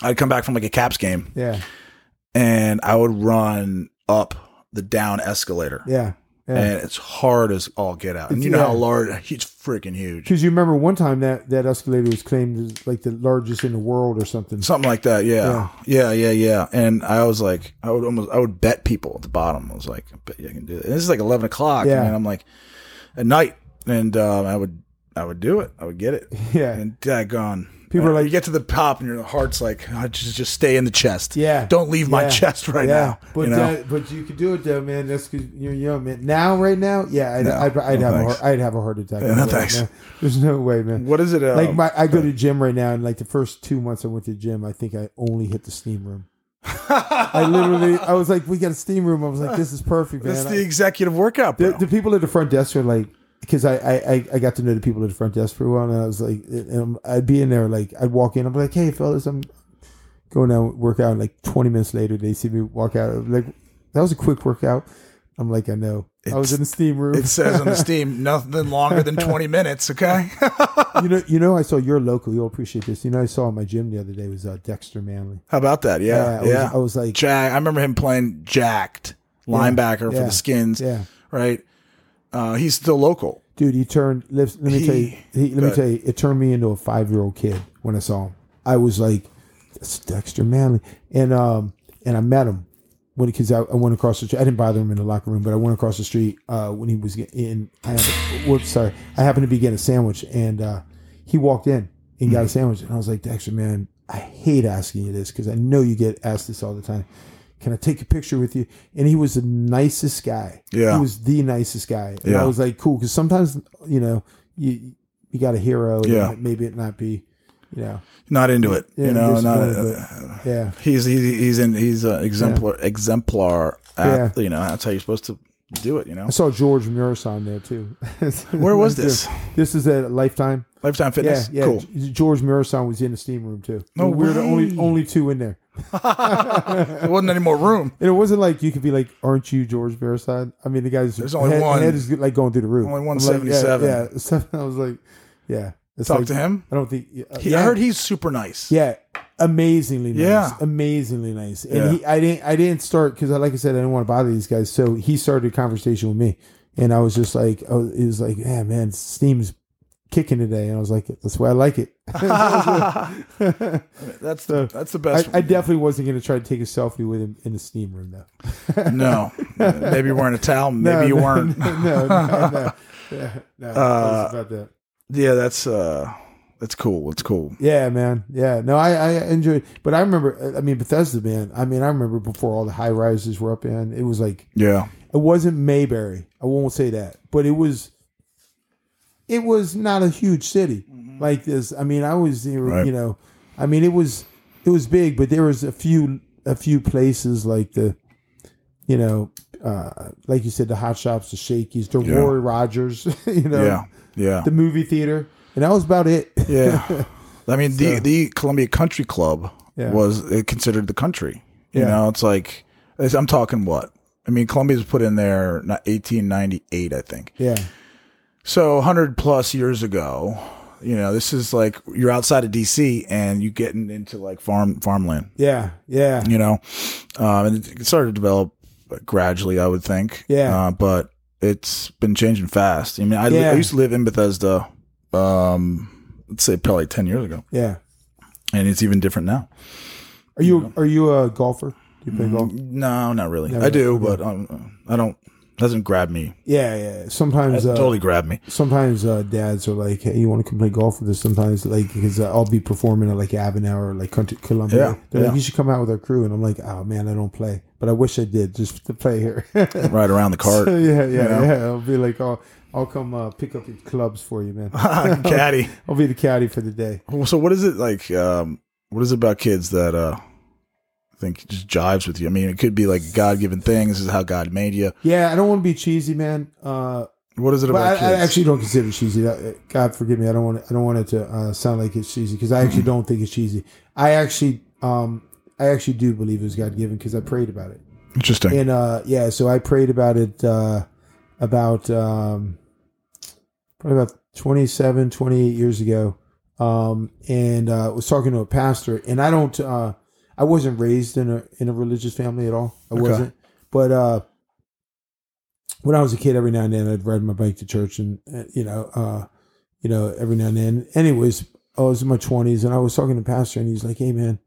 Speaker 1: I'd come back from like a Caps game,
Speaker 2: Yeah.
Speaker 1: and I would run up the down escalator.
Speaker 2: Yeah. Yeah.
Speaker 1: and it's hard as all get out. And you know
Speaker 2: Yeah.
Speaker 1: how large he's freaking huge.
Speaker 2: Because you remember one time that that escalator was claimed as like the largest in the world or something. *laughs*
Speaker 1: Something like that, yeah. yeah, yeah, yeah, And I was like, I would almost, I would bet people at the bottom. I was like, I bet you can do it. And this is like eleven o'clock,
Speaker 2: Yeah.
Speaker 1: and I'm like, at night, and um, I would, I would do it. I would get it.
Speaker 2: *laughs* Yeah.
Speaker 1: And daggone,
Speaker 2: People are
Speaker 1: Uh,
Speaker 2: like-
Speaker 1: you get to the top, and your heart's like, oh, just, just stay in the chest.
Speaker 2: Yeah.
Speaker 1: don't leave my
Speaker 2: Yeah.
Speaker 1: chest right now.
Speaker 2: But
Speaker 1: you know?
Speaker 2: that, but you could do it though, man. That's because you're young, man. Now, right now, yeah, I'd, I'd, I'd
Speaker 1: no
Speaker 2: have a
Speaker 1: thanks.
Speaker 2: heart, I'd have a heart attack.
Speaker 1: no
Speaker 2: right
Speaker 1: thanks.
Speaker 2: now. There's no way, man.
Speaker 1: what is it? Uh,
Speaker 2: Like my, I go to gym right now, and like the first two months I went to gym, I think I only hit the steam room. I literally,
Speaker 1: *laughs*
Speaker 2: I was like, we got a steam room. I was like, this is perfect, man.
Speaker 1: that's
Speaker 2: I- *laughs*
Speaker 1: the executive workout, bro.
Speaker 2: the, the people at the front desk are like, because I, I I- I got to know the people at the front desk for a while, and I was like, and I'd be in there like I'd walk in, I'm like, hey fellas, I'm going out work out. Like 20 minutes later, they see me walk out. I'm like that was a quick workout. I'm like, I know. I
Speaker 1: It's-
Speaker 2: was in the steam room.
Speaker 1: It says
Speaker 2: *laughs*
Speaker 1: on the Steam, nothing longer than 20 minutes, okay?
Speaker 2: you know, you know, I saw your local. You'll appreciate this. You know, I saw in my gym the other day was uh, Dexter Manley.
Speaker 1: How about that? Yeah.
Speaker 2: I,
Speaker 1: Yeah.
Speaker 2: Was, I was like,
Speaker 1: Jack, I remember him playing jacked linebacker for
Speaker 2: yeah,
Speaker 1: the Skins,
Speaker 2: yeah,
Speaker 1: right? Uh, he's still local.
Speaker 2: dude. He turned. Let, let me
Speaker 1: He-
Speaker 2: tell you. He, let me
Speaker 1: but-
Speaker 2: tell you. It turned me into a five year old kid when I saw him. I was like, that's Dexter Manley, and um, and I met him when because I, I went across the. street. I didn't bother him in the locker room, but I went across the street uh, when he was get- in. I happened, whoops, sorry. I happened to be getting a sandwich, and uh, he walked in and
Speaker 1: Mm-hmm.
Speaker 2: got a sandwich, and I was like, Dexter, man, I hate asking you this because I know you get asked this all the time. Can I take a picture with you? And he was the nicest guy.
Speaker 1: Yeah.
Speaker 2: he was the nicest guy. And
Speaker 1: Yeah.
Speaker 2: I was like, cool, because sometimes you know you you got a hero. and
Speaker 1: Yeah.
Speaker 2: maybe it not be, you know,
Speaker 1: Not into it,
Speaker 2: Yeah,
Speaker 1: you know.
Speaker 2: just
Speaker 1: Not uh,
Speaker 2: wanted yeah.
Speaker 1: he's he's he's in he's an exemplar exemplar. At, You know that's how you're supposed to do it. You know
Speaker 2: I saw George Muris on there too. *laughs*
Speaker 1: where was this
Speaker 2: This is at Lifetime.
Speaker 1: Lifetime
Speaker 2: Yeah,
Speaker 1: Fitness?
Speaker 2: yeah.
Speaker 1: Cool.
Speaker 2: G- George Murison was in the steam room too.
Speaker 1: No
Speaker 2: we were the only
Speaker 1: way.
Speaker 2: only two in there,
Speaker 1: There wasn't any more
Speaker 2: *laughs*
Speaker 1: room.
Speaker 2: and it wasn't like you could be like, "Aren't you George Murison?" I mean, the guy's
Speaker 1: There's only
Speaker 2: head,
Speaker 1: one.
Speaker 2: Head is like going through the roof.
Speaker 1: Only
Speaker 2: I'm
Speaker 1: one
Speaker 2: like,
Speaker 1: 77.
Speaker 2: yeah, yeah. *laughs* So I was like, "Yeah." It's
Speaker 1: Talk
Speaker 2: like-
Speaker 1: to him.
Speaker 2: I don't think. uh,
Speaker 1: He, I
Speaker 2: yeah.
Speaker 1: heard he's super nice.
Speaker 2: Yeah, amazingly nice.
Speaker 1: Yeah.
Speaker 2: amazingly nice. And
Speaker 1: Yeah.
Speaker 2: he, I didn't, I didn't start because, like I said, I didn't want to bother these guys. So he started a conversation with me, and I was just like, I was, he was like, yeah, man, steam's kicking today, and I was like, that's why I like it. I,
Speaker 1: *laughs* That's the that's the best.
Speaker 2: I definitely wasn't going to try to take a selfie with him in the steam room though. *laughs*
Speaker 1: no, maybe you weren't a towel. Maybe
Speaker 2: No,
Speaker 1: you
Speaker 2: no,
Speaker 1: weren't.
Speaker 2: *laughs*
Speaker 1: Uh,
Speaker 2: No, no, no,
Speaker 1: *laughs*
Speaker 2: no, yeah, no, that was about that.
Speaker 1: Yeah, that's uh, that's cool. It's cool.
Speaker 2: Yeah, man. Yeah. No, I, I enjoyed but I remember I mean Bethesda man. I mean I remember before all the high rises were up in, it was like
Speaker 1: Yeah,
Speaker 2: it wasn't Mayberry. I won't say that. But it was it was not a huge city like this. I mean, I was you
Speaker 1: Right.
Speaker 2: know I mean it was it was big, but there was a few a few places like the you know, uh, like you said, the hot shops, the shakies, the
Speaker 1: Yeah.
Speaker 2: Rory Rogers, *laughs* you know,
Speaker 1: yeah, yeah,
Speaker 2: Um, the movie theater. And that was about it. *laughs*
Speaker 1: yeah. I mean, the the Columbia Country Club
Speaker 2: Yeah.
Speaker 1: was it considered the country. You
Speaker 2: Yeah.
Speaker 1: know, it's like it's, I'm talking what I mean. Columbia was put in there not 1898, I think.
Speaker 2: Yeah.
Speaker 1: So 100 plus years ago, you know, this is like you're outside of DC and you getting into like farm farmland.
Speaker 2: Yeah. Yeah.
Speaker 1: you know, um, and it started to develop uh, gradually, I would think.
Speaker 2: Yeah.
Speaker 1: Uh, but it's been changing fast. I mean, I, li-
Speaker 2: Yeah.
Speaker 1: I used to live in Bethesda, um, let's say probably 10 years ago,
Speaker 2: Yeah.
Speaker 1: and it's even different now.
Speaker 2: Are you are you a golfer? Do you
Speaker 1: Mm-hmm.
Speaker 2: play golf?
Speaker 1: No, not really.
Speaker 2: Yeah,
Speaker 1: I do,
Speaker 2: okay.
Speaker 1: but um, I don't, doesn't grab me.
Speaker 2: Yeah, yeah. Sometimes, uh,
Speaker 1: totally grab me.
Speaker 2: sometimes uh, dads are like, "Hey, you want to come play golf with us?" Sometimes, like, because uh, I'll be performing at like Avenel or like Country Columbia.
Speaker 1: Yeah,
Speaker 2: They're
Speaker 1: yeah.
Speaker 2: like, "You should come out with our crew," and I'm like, "Oh man, I don't play, but I wish I did just to play here." *laughs* yeah,
Speaker 1: Right around the cart. *laughs*
Speaker 2: *laughs* yeah,
Speaker 1: know?
Speaker 2: yeah. I'll be like, "I'll I'll come uh, pick up your clubs for
Speaker 1: *laughs*
Speaker 2: you, man. *laughs*
Speaker 1: Caddy.
Speaker 2: I'll be the caddy for the day."
Speaker 1: Well, So what is it like? Um, what is it about kids that uh, I think just jives with you? I mean, it could be like God given thing. This is how God made you.
Speaker 2: Yeah, I don't want to be cheesy, man. Uh,
Speaker 1: What is it
Speaker 2: Well,
Speaker 1: about
Speaker 2: I, I
Speaker 1: kids?
Speaker 2: actually don't consider it cheesy. That- God forgive me. I don't want. It, I don't want it to uh, sound like it's cheesy because
Speaker 1: *clears throat*
Speaker 2: I actually don't think it's cheesy. I actually, um, I actually do believe it was God given because I prayed about it.
Speaker 1: Interesting.
Speaker 2: And uh, yeah, so I prayed about it uh, about um, probably about 27, 28 years ago, um, and uh, was talking to a pastor. And I don't. Uh, I wasn't raised in a in a religious family at all. I
Speaker 1: Okay.
Speaker 2: wasn't. But uh, when I was a kid, every now and then I'd ride my bike to church, and uh, you know, uh, you know, every now and then. Anyways, I was in my twenties, and I was talking to the pastor, and he's like, "Hey, man."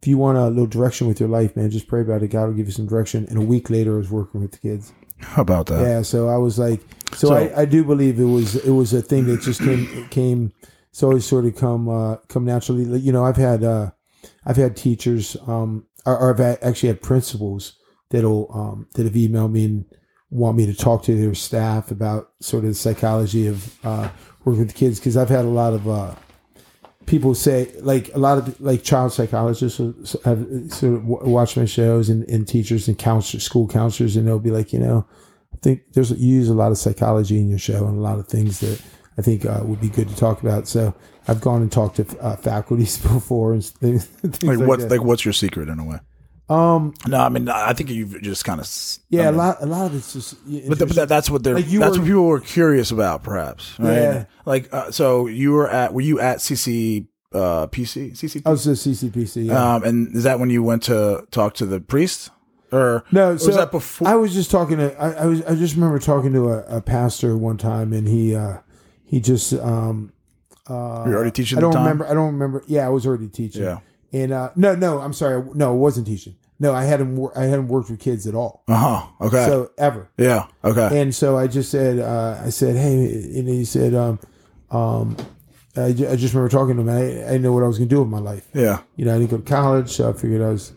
Speaker 2: If you want a little direction with your life, man, just pray about it. God will give you some direction. And a week later, I was working with the kids.
Speaker 1: How about that?
Speaker 2: Yeah, so I was like, so,
Speaker 1: So-
Speaker 2: I, I do believe it was it was a thing that just came it came. It's always sort of come uh, come naturally. Like, You know, I've had uh, I've had teachers, um, or, or I've had, actually had principals that'll um, that have emailed me and want me to talk to their staff about sort of the psychology of uh, working with kids because I've had a lot of. Uh, people say like a lot of like child psychologists have- have sort of wa- watch my shows and, and teachers and counselors, school counselors, and they'll be like, you know, think there's you use a lot of psychology in your show and a lot of things that I think uh, would be good to talk about. So I've gone and talked to uh, faculties *laughs* before and things, things
Speaker 1: Like
Speaker 2: like,
Speaker 1: what's
Speaker 2: that.
Speaker 1: like what's your secret in a way?
Speaker 2: um
Speaker 1: No, I mean I think you've just kind of
Speaker 2: yeah a lot a lot of it's just
Speaker 1: But, the, but that, that's what they're
Speaker 2: Like you
Speaker 1: that's
Speaker 2: were-
Speaker 1: what people were curious about, perhaps. Right?
Speaker 2: Yeah.
Speaker 1: Like uh, so, you were at were you at CC uh, PC CCP?
Speaker 2: I was just CCPC yeah.
Speaker 1: Um, and is that when you went to talk to the priest, or
Speaker 2: No,
Speaker 1: or was
Speaker 2: so
Speaker 1: that before?
Speaker 2: I was just talking to. I, I was. I just remember talking to a, a pastor one time, and he uh, he just. Um, uh,
Speaker 1: You're already teaching
Speaker 2: I
Speaker 1: the
Speaker 2: don't
Speaker 1: time?
Speaker 2: remember. I don't remember. Yeah, I was already teaching.
Speaker 1: Yeah.
Speaker 2: And uh, no, no, I'm sorry. No, I wasn't teaching. No, I hadn't. Wor- I hadn't worked with kids at all.
Speaker 1: Uh huh. Okay.
Speaker 2: So ever.
Speaker 1: yeah. Okay.
Speaker 2: And so I just said, uh, I said, hey, and he said, um, um, I, ju- I just remember talking to him. I, I didn't know what I was going to do with my life
Speaker 1: yeah.
Speaker 2: you know, I didn't go to college, so I figured I was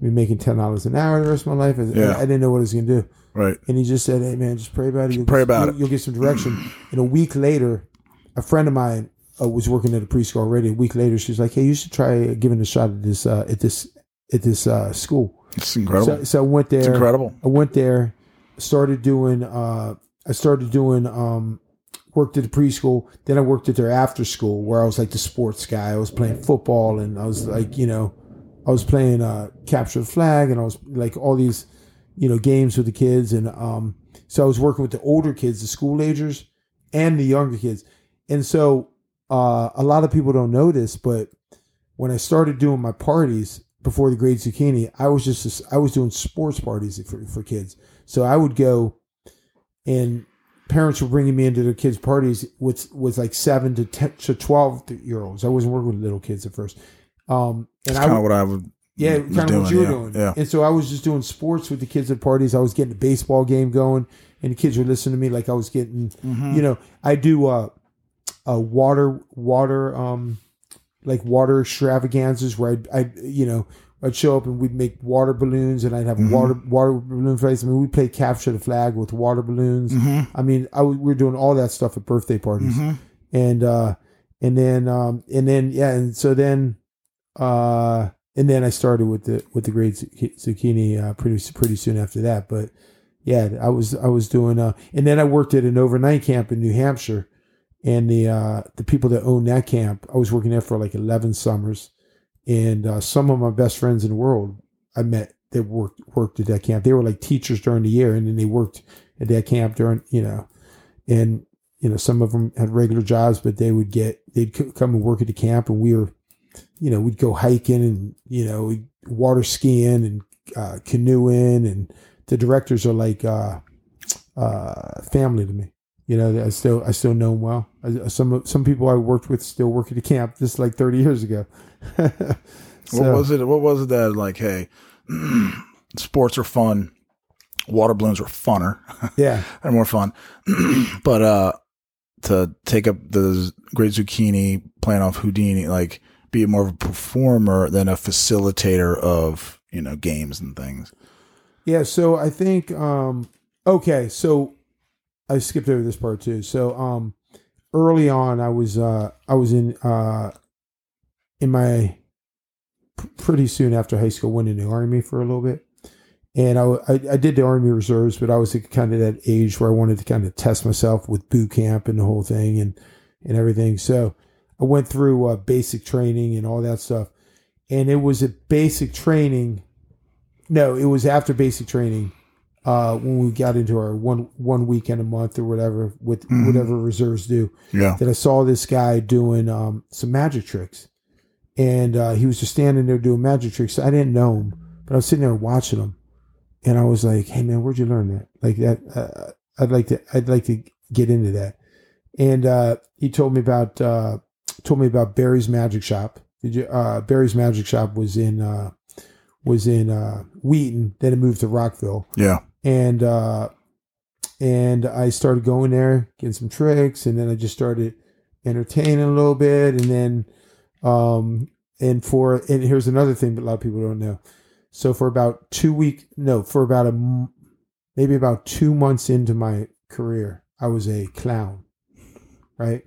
Speaker 2: gonna be making ten dollars an hour the rest of my life. I,
Speaker 1: Yeah.
Speaker 2: I didn't know what I was gonna do,
Speaker 1: Right.
Speaker 2: and he just said, "Hey, man, just pray about it. You'll
Speaker 1: pray
Speaker 2: get,
Speaker 1: about
Speaker 2: you'll,
Speaker 1: it."
Speaker 2: You'll get some direction." and a week later, a friend of mine uh, was working at a preschool already. A week later, she's like, "Hey, you should try giving it a shot at this uh, at this at this uh, school."
Speaker 1: It's incredible.
Speaker 2: So, so I went there.
Speaker 1: it's incredible.
Speaker 2: I went there, started doing. Uh, I started doing. Um, worked at the preschool. Then I worked at their after school, where I was like the sports guy. I was playing football, and I was like, you know, I was playing uh, capture the flag, and I was like all these, you know, games with the kids, and um, so I was working with the older kids, the school agers, and the younger kids, and so uh, a lot of people don't notice, but when I started doing my parties before the Great Zucchini, I was just I was doing sports parties for for kids. So I would go, and parents were bringing me into their kids' parties with with like seven to ten to twelve year olds. I wasn't working with little kids at first, um,
Speaker 1: It's
Speaker 2: and I
Speaker 1: kind of
Speaker 2: would
Speaker 1: what I would.
Speaker 2: yeah,
Speaker 1: was
Speaker 2: kind of what you were
Speaker 1: yeah.
Speaker 2: doing.
Speaker 1: Yeah.
Speaker 2: And so I was just doing sports with the kids at parties. I was getting a baseball game going, and the kids were listening to me like I was getting,
Speaker 1: Mm-hmm. Hmm.
Speaker 2: you know, I do uh, uh water water um like water extravaganzas where I'd, I'd you know I'd show up and we'd make water balloons and I'd have
Speaker 1: Mm-hmm.
Speaker 2: water water balloon fights. I mean, we played capture the flag with water balloons.
Speaker 1: Mm. Mm-hmm.
Speaker 2: I mean, I w- we were doing all that stuff at birthday parties, and uh and then um and then yeah, and so then uh, and then I started with the with the great zuc- zucchini uh, pretty pretty soon after that. But yeah, I was I was doing, uh, and then I worked at an overnight camp in New Hampshire, and the uh, the people that own that camp, I was working there for like eleven summers, and uh, some of my best friends in the world I met that worked worked at that camp. They were like teachers during the year, and then they worked at that camp during you know, and you know some of them had regular jobs, but they would get they'd c- come and work at the camp, and we were you know, we'd go hiking and, you know, we'd water skiing and uh, canoeing. And the directors are like uh, uh, family to me. You know, I still I still know them well. I, some some people I worked with still work at the camp. This is like thirty years ago. *laughs*
Speaker 1: What
Speaker 2: So-
Speaker 1: was it? What was it that like? Hey, *clears throat* sports are fun. Water balloons are funner
Speaker 2: yeah,
Speaker 1: and more fun. *clears throat* but uh, to take up the great zucchini, playing off Houdini, like be more of a performer than a facilitator of you know games and things.
Speaker 2: yeah. So I think um, okay. So I skipped over this part too. So um, early on, I was uh, I was in uh, in my p- pretty soon after high school, went in the army for a little bit, and I, w- I- I did the army reserves, but I was like, kind of that age where I wanted to kind of test myself with boot camp and the whole thing and and everything. So I went through uh, basic training and all that stuff, and it was a basic training. No, it was after basic training uh, when we got into our one one weekend a month or whatever with whatever reserves do
Speaker 1: Yeah.
Speaker 2: that I saw this guy doing um, some magic tricks, and uh, he was just standing there doing magic tricks. I didn't know him, but I was sitting there watching him, and I was like, "Hey man, where'd you learn that? Like that? Uh, I'd like to. I'd like to get into that." And uh, he told me about uh, told me about Barry's Magic Shop. Did you, uh, Barry's Magic Shop was in uh, was in uh, Wheaton. Then it moved to Rockville
Speaker 1: Yeah.
Speaker 2: and uh and I started going there, getting some tricks, and then I just started entertaining a little bit, and then um and for and here's another thing that a lot of people don't know. So for about two week no for about a m- maybe about two months into my career, I was a clown, right?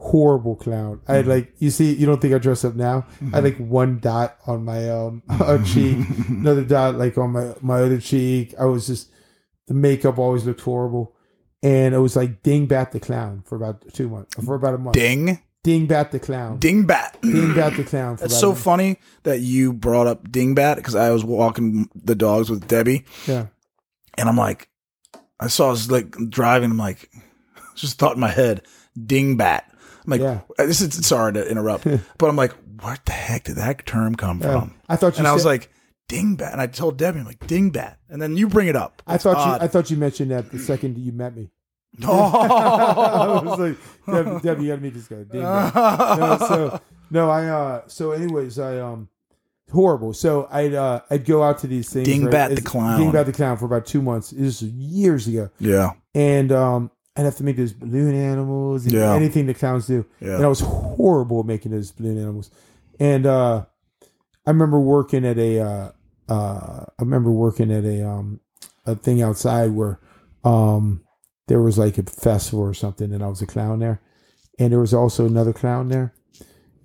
Speaker 2: Horrible clown. I had like you see you don't think I dress up now. I
Speaker 1: Mm-hmm.
Speaker 2: *laughs* had like one dot *laughs*
Speaker 1: *laughs*
Speaker 2: on my um cheek another dot like on my my other cheek. I was just The makeup always looked horrible, and it was like Dingbat the clown for about two months, for about a month.
Speaker 1: Ding,
Speaker 2: Dingbat the clown.
Speaker 1: dingbat.
Speaker 2: Dingbat the clown. For
Speaker 1: That's
Speaker 2: about
Speaker 1: so
Speaker 2: a month.
Speaker 1: funny that you brought up dingbat because I was walking the dogs with Debbie,
Speaker 2: yeah.
Speaker 1: and I'm like, I saw us like driving. I'm like, *laughs* just thought in my head, dingbat. I'm like,
Speaker 2: Yeah.
Speaker 1: this is sorry to
Speaker 2: *laughs*
Speaker 1: interrupt, but I'm like, what the heck did that term come
Speaker 2: Yeah.
Speaker 1: from?
Speaker 2: I thought
Speaker 1: um, And
Speaker 2: you. said,
Speaker 1: I was like, dingbat. And I told Debbie, I'm like, dingbat. And then you bring it up. *laughs*
Speaker 2: I *laughs* thought
Speaker 1: odd.
Speaker 2: you. I thought you mentioned that the second you
Speaker 1: *laughs*
Speaker 2: met me. *laughs* I was
Speaker 1: Oh.
Speaker 2: like, Debbie, Debbie, you gotta meet this
Speaker 1: *laughs*
Speaker 2: guy. Dingbat. no, so no, I uh so anyways, I um horrible. So I'd uh I'd go out to these things.
Speaker 1: Dingbat
Speaker 2: right,
Speaker 1: the
Speaker 2: it's-
Speaker 1: clown.
Speaker 2: Dingbat the clown for about two months. This is years ago.
Speaker 1: *laughs* yeah.
Speaker 2: And um I'd have to make those balloon animals and
Speaker 1: Yeah.
Speaker 2: anything the clowns do. And I
Speaker 1: Yeah.
Speaker 2: was horrible at making those balloon animals. And uh I remember working at a uh uh I remember working at a um a thing outside where um there was like a festival or something and I was a clown there. And there was also another clown there.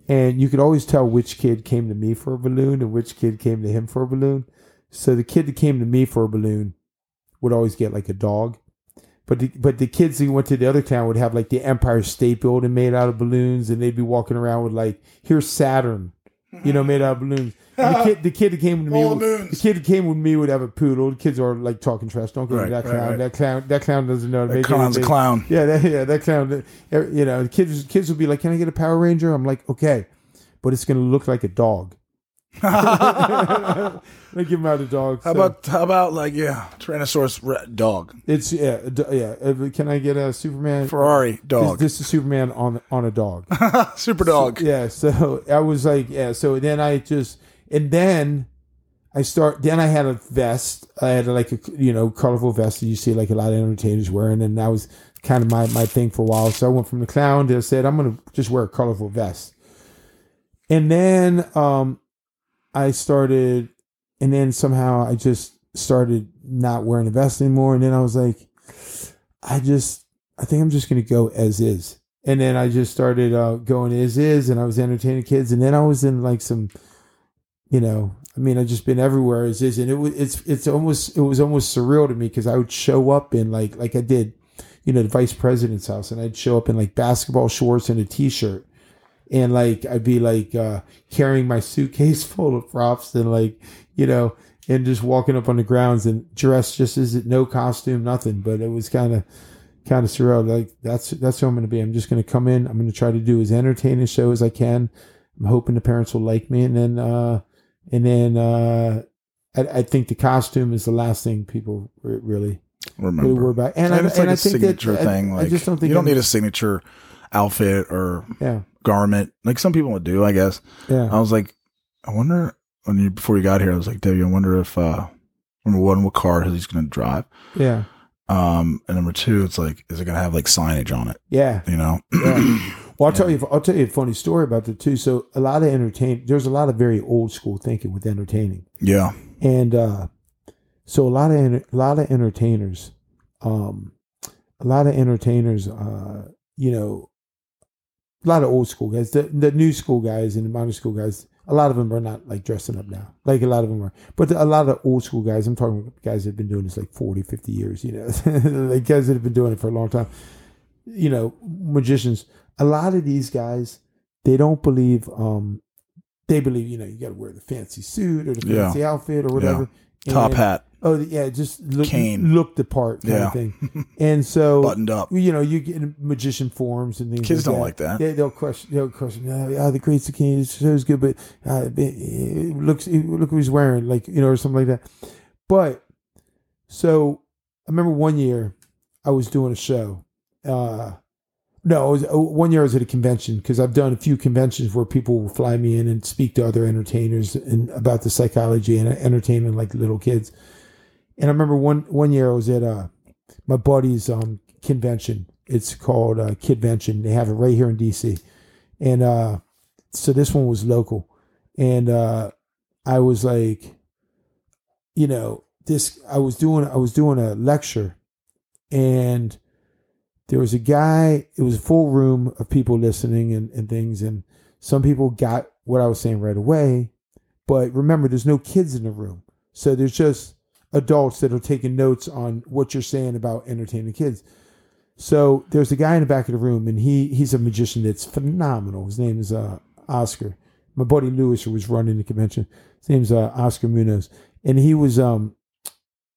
Speaker 2: And you could always tell which kid came to me for a balloon and which kid came to him for a balloon. So the kid that came to me for a balloon would always get like a dog. But the, but the kids who went to the other town would have like the Empire State Building made out of balloons, and they'd be walking around with like here's Saturn, you know, made out of balloons.
Speaker 1: *laughs*
Speaker 2: And the kid the kid that came to me
Speaker 1: All the
Speaker 2: would-
Speaker 1: moons.
Speaker 2: the kid that came with me would have a poodle. The kids are like talking trash. Don't go to
Speaker 1: Right,
Speaker 2: that
Speaker 1: right,
Speaker 2: clown.
Speaker 1: right.
Speaker 2: That clown that clown doesn't know how to make
Speaker 1: Clown's a
Speaker 2: anything. *laughs*
Speaker 1: clown.
Speaker 2: Yeah, that, yeah, that clown. You know, the kids kids would be like, "Can I get a Power Ranger?" I'm like, "Okay," but it's gonna look like a dog. *laughs* I give him out a
Speaker 1: *laughs*
Speaker 2: dog.
Speaker 1: How about how about like yeah, Tyrannosaurus re- dog,
Speaker 2: it's yeah, a do- yeah? uh, Can I get a Superman?
Speaker 1: Ferrari dog,
Speaker 2: This, this is Superman on on a dog.
Speaker 1: *laughs* super dog.
Speaker 2: yeah. So I was like, yeah. So then I just and then I start. Then I had a vest. I had like a you know colorful vest that you see like a lot of entertainers wearing, and that was kind of my my thing for a while. So I went from the clown to I said I'm gonna just wear a colorful vest, and then um I started, and then somehow I just started not wearing a vest anymore, and then I was like, I just I think I'm just gonna go as is. And then I just started uh, going as is, and I was entertaining kids, and then I was in like some, you know, I mean, I just been everywhere as is, and it was it's it's almost it was almost surreal to me because I would show up in like like I did, you know, the vice president's house, and I'd show up in like basketball shorts and a t-shirt, and like I'd be like uh, carrying my suitcase *laughs* full of props and like you know, and just walking up on the grounds and dressed just as it no costume, nothing, but it was kind of kind of surreal. Like that's that's who I'm going to be. I'm just going to come in. I'm going to try to do as entertaining a show as I can. I'm hoping the parents will like me, and then uh, and then uh, I, I think the costume is the last thing people re- really really
Speaker 1: Remember,
Speaker 2: worry about.
Speaker 1: and
Speaker 2: And, I,
Speaker 1: it's like
Speaker 2: and
Speaker 1: a
Speaker 2: I think that-
Speaker 1: signature
Speaker 2: I-
Speaker 1: thing.
Speaker 2: I,
Speaker 1: Like
Speaker 2: just don't think
Speaker 1: you don't
Speaker 2: I'm-
Speaker 1: need a signature outfit or
Speaker 2: yeah Uh-huh.
Speaker 1: garment like some people would do, I guess.
Speaker 2: yeah.
Speaker 1: I was like, I wonder when you before you got here, I was like, Debbie, I wonder if uh, number one, what car he's going to drive,
Speaker 2: yeah.
Speaker 1: um, and number two, it's like, is it going to have like signage on it?
Speaker 2: Yeah.
Speaker 1: You know,
Speaker 2: Yeah. Well, I'll tell you. I'll tell you a funny story about that too. So, a lot of entertain. There's a lot of very old school thinking with entertaining,
Speaker 1: *clears throat* yeah,
Speaker 2: and uh, so a lot of enter- a lot of entertainers, um, a lot of entertainers. Uh, you know, a lot of old school guys. The the new school guys and the modern school guys. A lot of them are not like dressing up now. Like a lot of them are, but a lot of old school guys. I'm talking about guys that have been doing this like 40, 50 years. You know, *laughs* like guys that have been doing it for a long time you know magicians a lot of these guys they don't believe um they believe you know you got to wear the fancy suit or the
Speaker 1: Yeah.
Speaker 2: fancy outfit or whatever
Speaker 1: top
Speaker 2: And-
Speaker 1: hat,
Speaker 2: oh yeah just look
Speaker 1: Cane.
Speaker 2: look the part kind
Speaker 1: Yeah.
Speaker 2: of thing
Speaker 1: *laughs*
Speaker 2: and so
Speaker 1: buttoned up.
Speaker 2: you know you get in magician forms and things
Speaker 1: Kids don't
Speaker 2: like that.
Speaker 1: like that.
Speaker 2: They, they'll question. They'll question. Oh, yeah, the great Zucchini this show's good, but uh, it- it looks it- look who he's wearing, like you know, or something like that. But so I remember one year I was doing a show. Uh, no, it was, oh, one year I was at a convention because I've done a few conventions where people will fly me in and speak to other entertainers and about the psychology and entertainment, like little kids. And I remember one one year I was at uh, my buddy's um, convention. It's called uh, Kidvention. They have it right here in DC, and uh, so this one was local. And uh, I was like, you know, this. I was doing I was doing a lecture, and there was a guy. It was a full room of people listening and, and things, and some people got what I was saying right away. But remember, there's no kids in the room, so there's just adults that are taking notes on what you're saying about entertaining kids. So there's a guy in the back of the room, and he he's a magician that's phenomenal. His name is uh, Oscar. My buddy Lewis, who was running the convention, his name's uh, Oscar Munoz, and he was um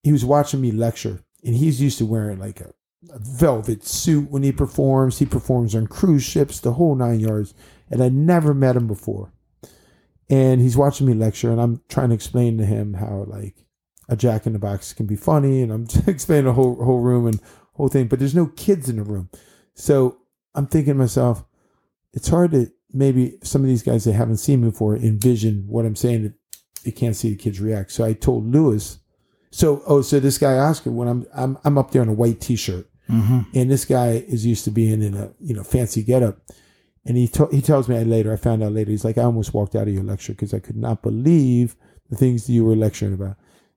Speaker 2: he was watching me lecture, and he's used to wearing like a, a velvet suit when he performs. He performs on cruise ships, the whole nine yards, and I never met him before. And he's watching me lecture, and I'm trying to explain to him how like a Jack in the Box can be funny, and I'm *laughs* explaining the whole whole room and whole thing, but there's no kids in the room. So I'm thinking to myself, it's hard to maybe some of these guys that haven't seen me before envision what I'm saying that they can't see the kids react. So I told Lewis, so oh, so this guy Oscar, when I'm I'm I'm up there in a white t-shirt,
Speaker 1: Mm-hmm.
Speaker 2: and this guy is used to being in a you know fancy getup, and he to- he tells me later, I found out later, he's like, I almost walked out of your lecture because I could not believe the things that you were lecturing about.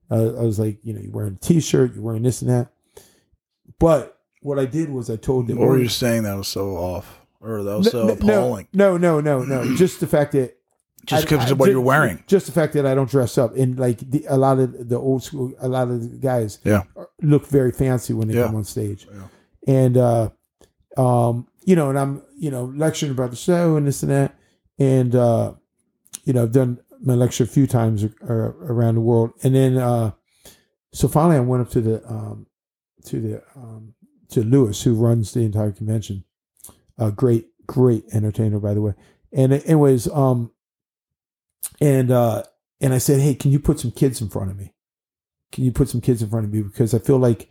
Speaker 2: Uh, I was like, you know, you're wearing a t-shirt, you're wearing this and that. But what I did was I told them,
Speaker 1: What were you saying that was so off, or that was
Speaker 2: No,
Speaker 1: so
Speaker 2: no,
Speaker 1: appalling?
Speaker 2: No, no, no, no. *clears throat* just the fact that
Speaker 1: Just
Speaker 2: I-
Speaker 1: because
Speaker 2: I-
Speaker 1: of what
Speaker 2: ju-
Speaker 1: you're wearing.
Speaker 2: Just the fact that I don't dress up, and like the, a lot of the old school, a lot of the guys,
Speaker 1: Yeah.
Speaker 2: are- look very fancy when they
Speaker 1: Yeah.
Speaker 2: come on stage,
Speaker 1: Yeah.
Speaker 2: and uh, um, you know, and I'm you know lecturing about the show and this and that, and uh, you know I've done my lecture a few times a- a- around the world, and then uh, so finally I went up to the um, to the um, to Lewis who runs the entire convention, a great great entertainer by the way, and anyways um and uh and i said hey can you put some kids in front of me can you put some kids in front of me because i feel like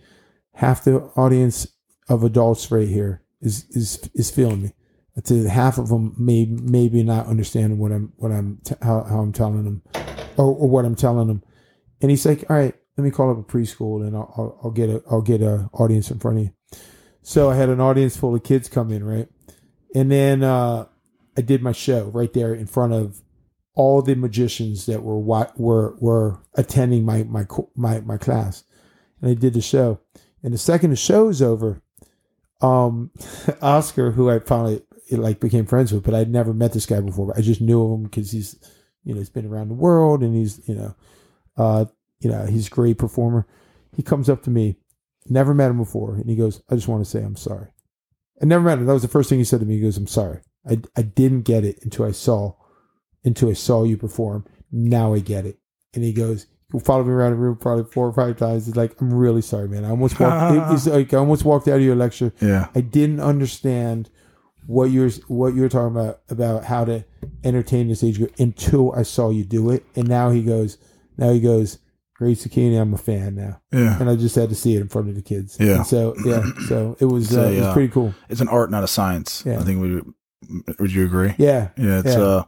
Speaker 2: half the audience of adults right here is is is feeling me I said half of them may maybe not understanding what i'm what i'm t- how, how i'm telling them or, or what i'm telling them and he's like all right let me call up a preschool and i'll i'll, I'll get a i'll get a audience in front of you so i had an audience full of kids come in right and then uh I did my show right there in front of all the magicians that were wa- were were attending my my co- my my class, and I did the show. And the second the show's over, um, *laughs* Oscar, who I finally like became friends with, but I'd never met this guy before. I just knew him because he's you know he's been around the world and he's you know uh you know he's a great performer. He comes up to me, never met him before, and he goes, "I just want to say I'm sorry." I never met him. That was the first thing he said to me. He goes, "I'm sorry. I I didn't get it until I saw, until I saw you perform. Now I get it." And he goes, "He followed me around the room probably four or five times. He's like, "I'm really sorry, man. I almost walked. he's like, I almost walked out of your lecture.
Speaker 1: Yeah.
Speaker 2: I didn't understand what you're what you're talking about about how to entertain this age group until I saw you do it. And now he goes, now he goes, Great Zucchini, I'm a fan now.
Speaker 1: Yeah.
Speaker 2: And I just had to see it in front of the kids.
Speaker 1: Yeah.
Speaker 2: And so yeah, so it was
Speaker 1: So,
Speaker 2: uh, it was
Speaker 1: yeah.
Speaker 2: pretty cool.
Speaker 1: It's an art, not a science.
Speaker 2: Yeah.
Speaker 1: I think we would you agree?
Speaker 2: Yeah.
Speaker 1: Yeah, it's
Speaker 2: Yeah.
Speaker 1: uh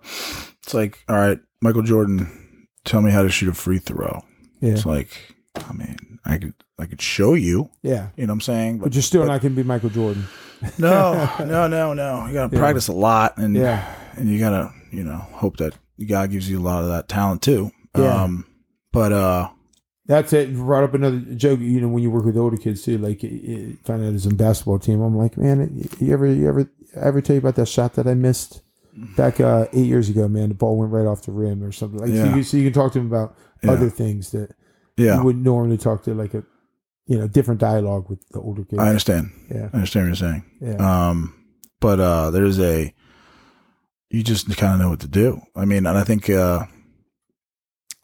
Speaker 1: it's like all right, Michael Jordan, tell me how to shoot a free throw.
Speaker 2: Yeah.
Speaker 1: It's like I mean, I could I could show you,
Speaker 2: Yeah.
Speaker 1: you know what I'm saying?
Speaker 2: But
Speaker 1: But
Speaker 2: you're still not going to be Michael Jordan. *laughs*
Speaker 1: no, no, no, no. You gotta
Speaker 2: Yeah.
Speaker 1: practice a lot and
Speaker 2: Yeah.
Speaker 1: and you gotta, you know, hope that God gives you a lot of that talent too.
Speaker 2: Yeah.
Speaker 1: Um but uh
Speaker 2: That's it. You brought up another joke. You know, when you work with older kids too, like it- it- find out it's a basketball team. I'm like, man, you ever, you ever, I ever tell you about that shot that I missed back uh, eight years ago? Man, the ball went right off the rim or something. Like, so, you,
Speaker 1: Yeah.
Speaker 2: can- so you can talk to them about
Speaker 1: Yeah.
Speaker 2: other things that you
Speaker 1: yeah,
Speaker 2: wouldn't normally talk to, like a, you know, different dialogue with the older kids.
Speaker 1: I understand.
Speaker 2: yeah,
Speaker 1: I understand what you're saying.
Speaker 2: yeah,
Speaker 1: Um, but uh, there's a you just kind of know what to do. I mean, and I think uh,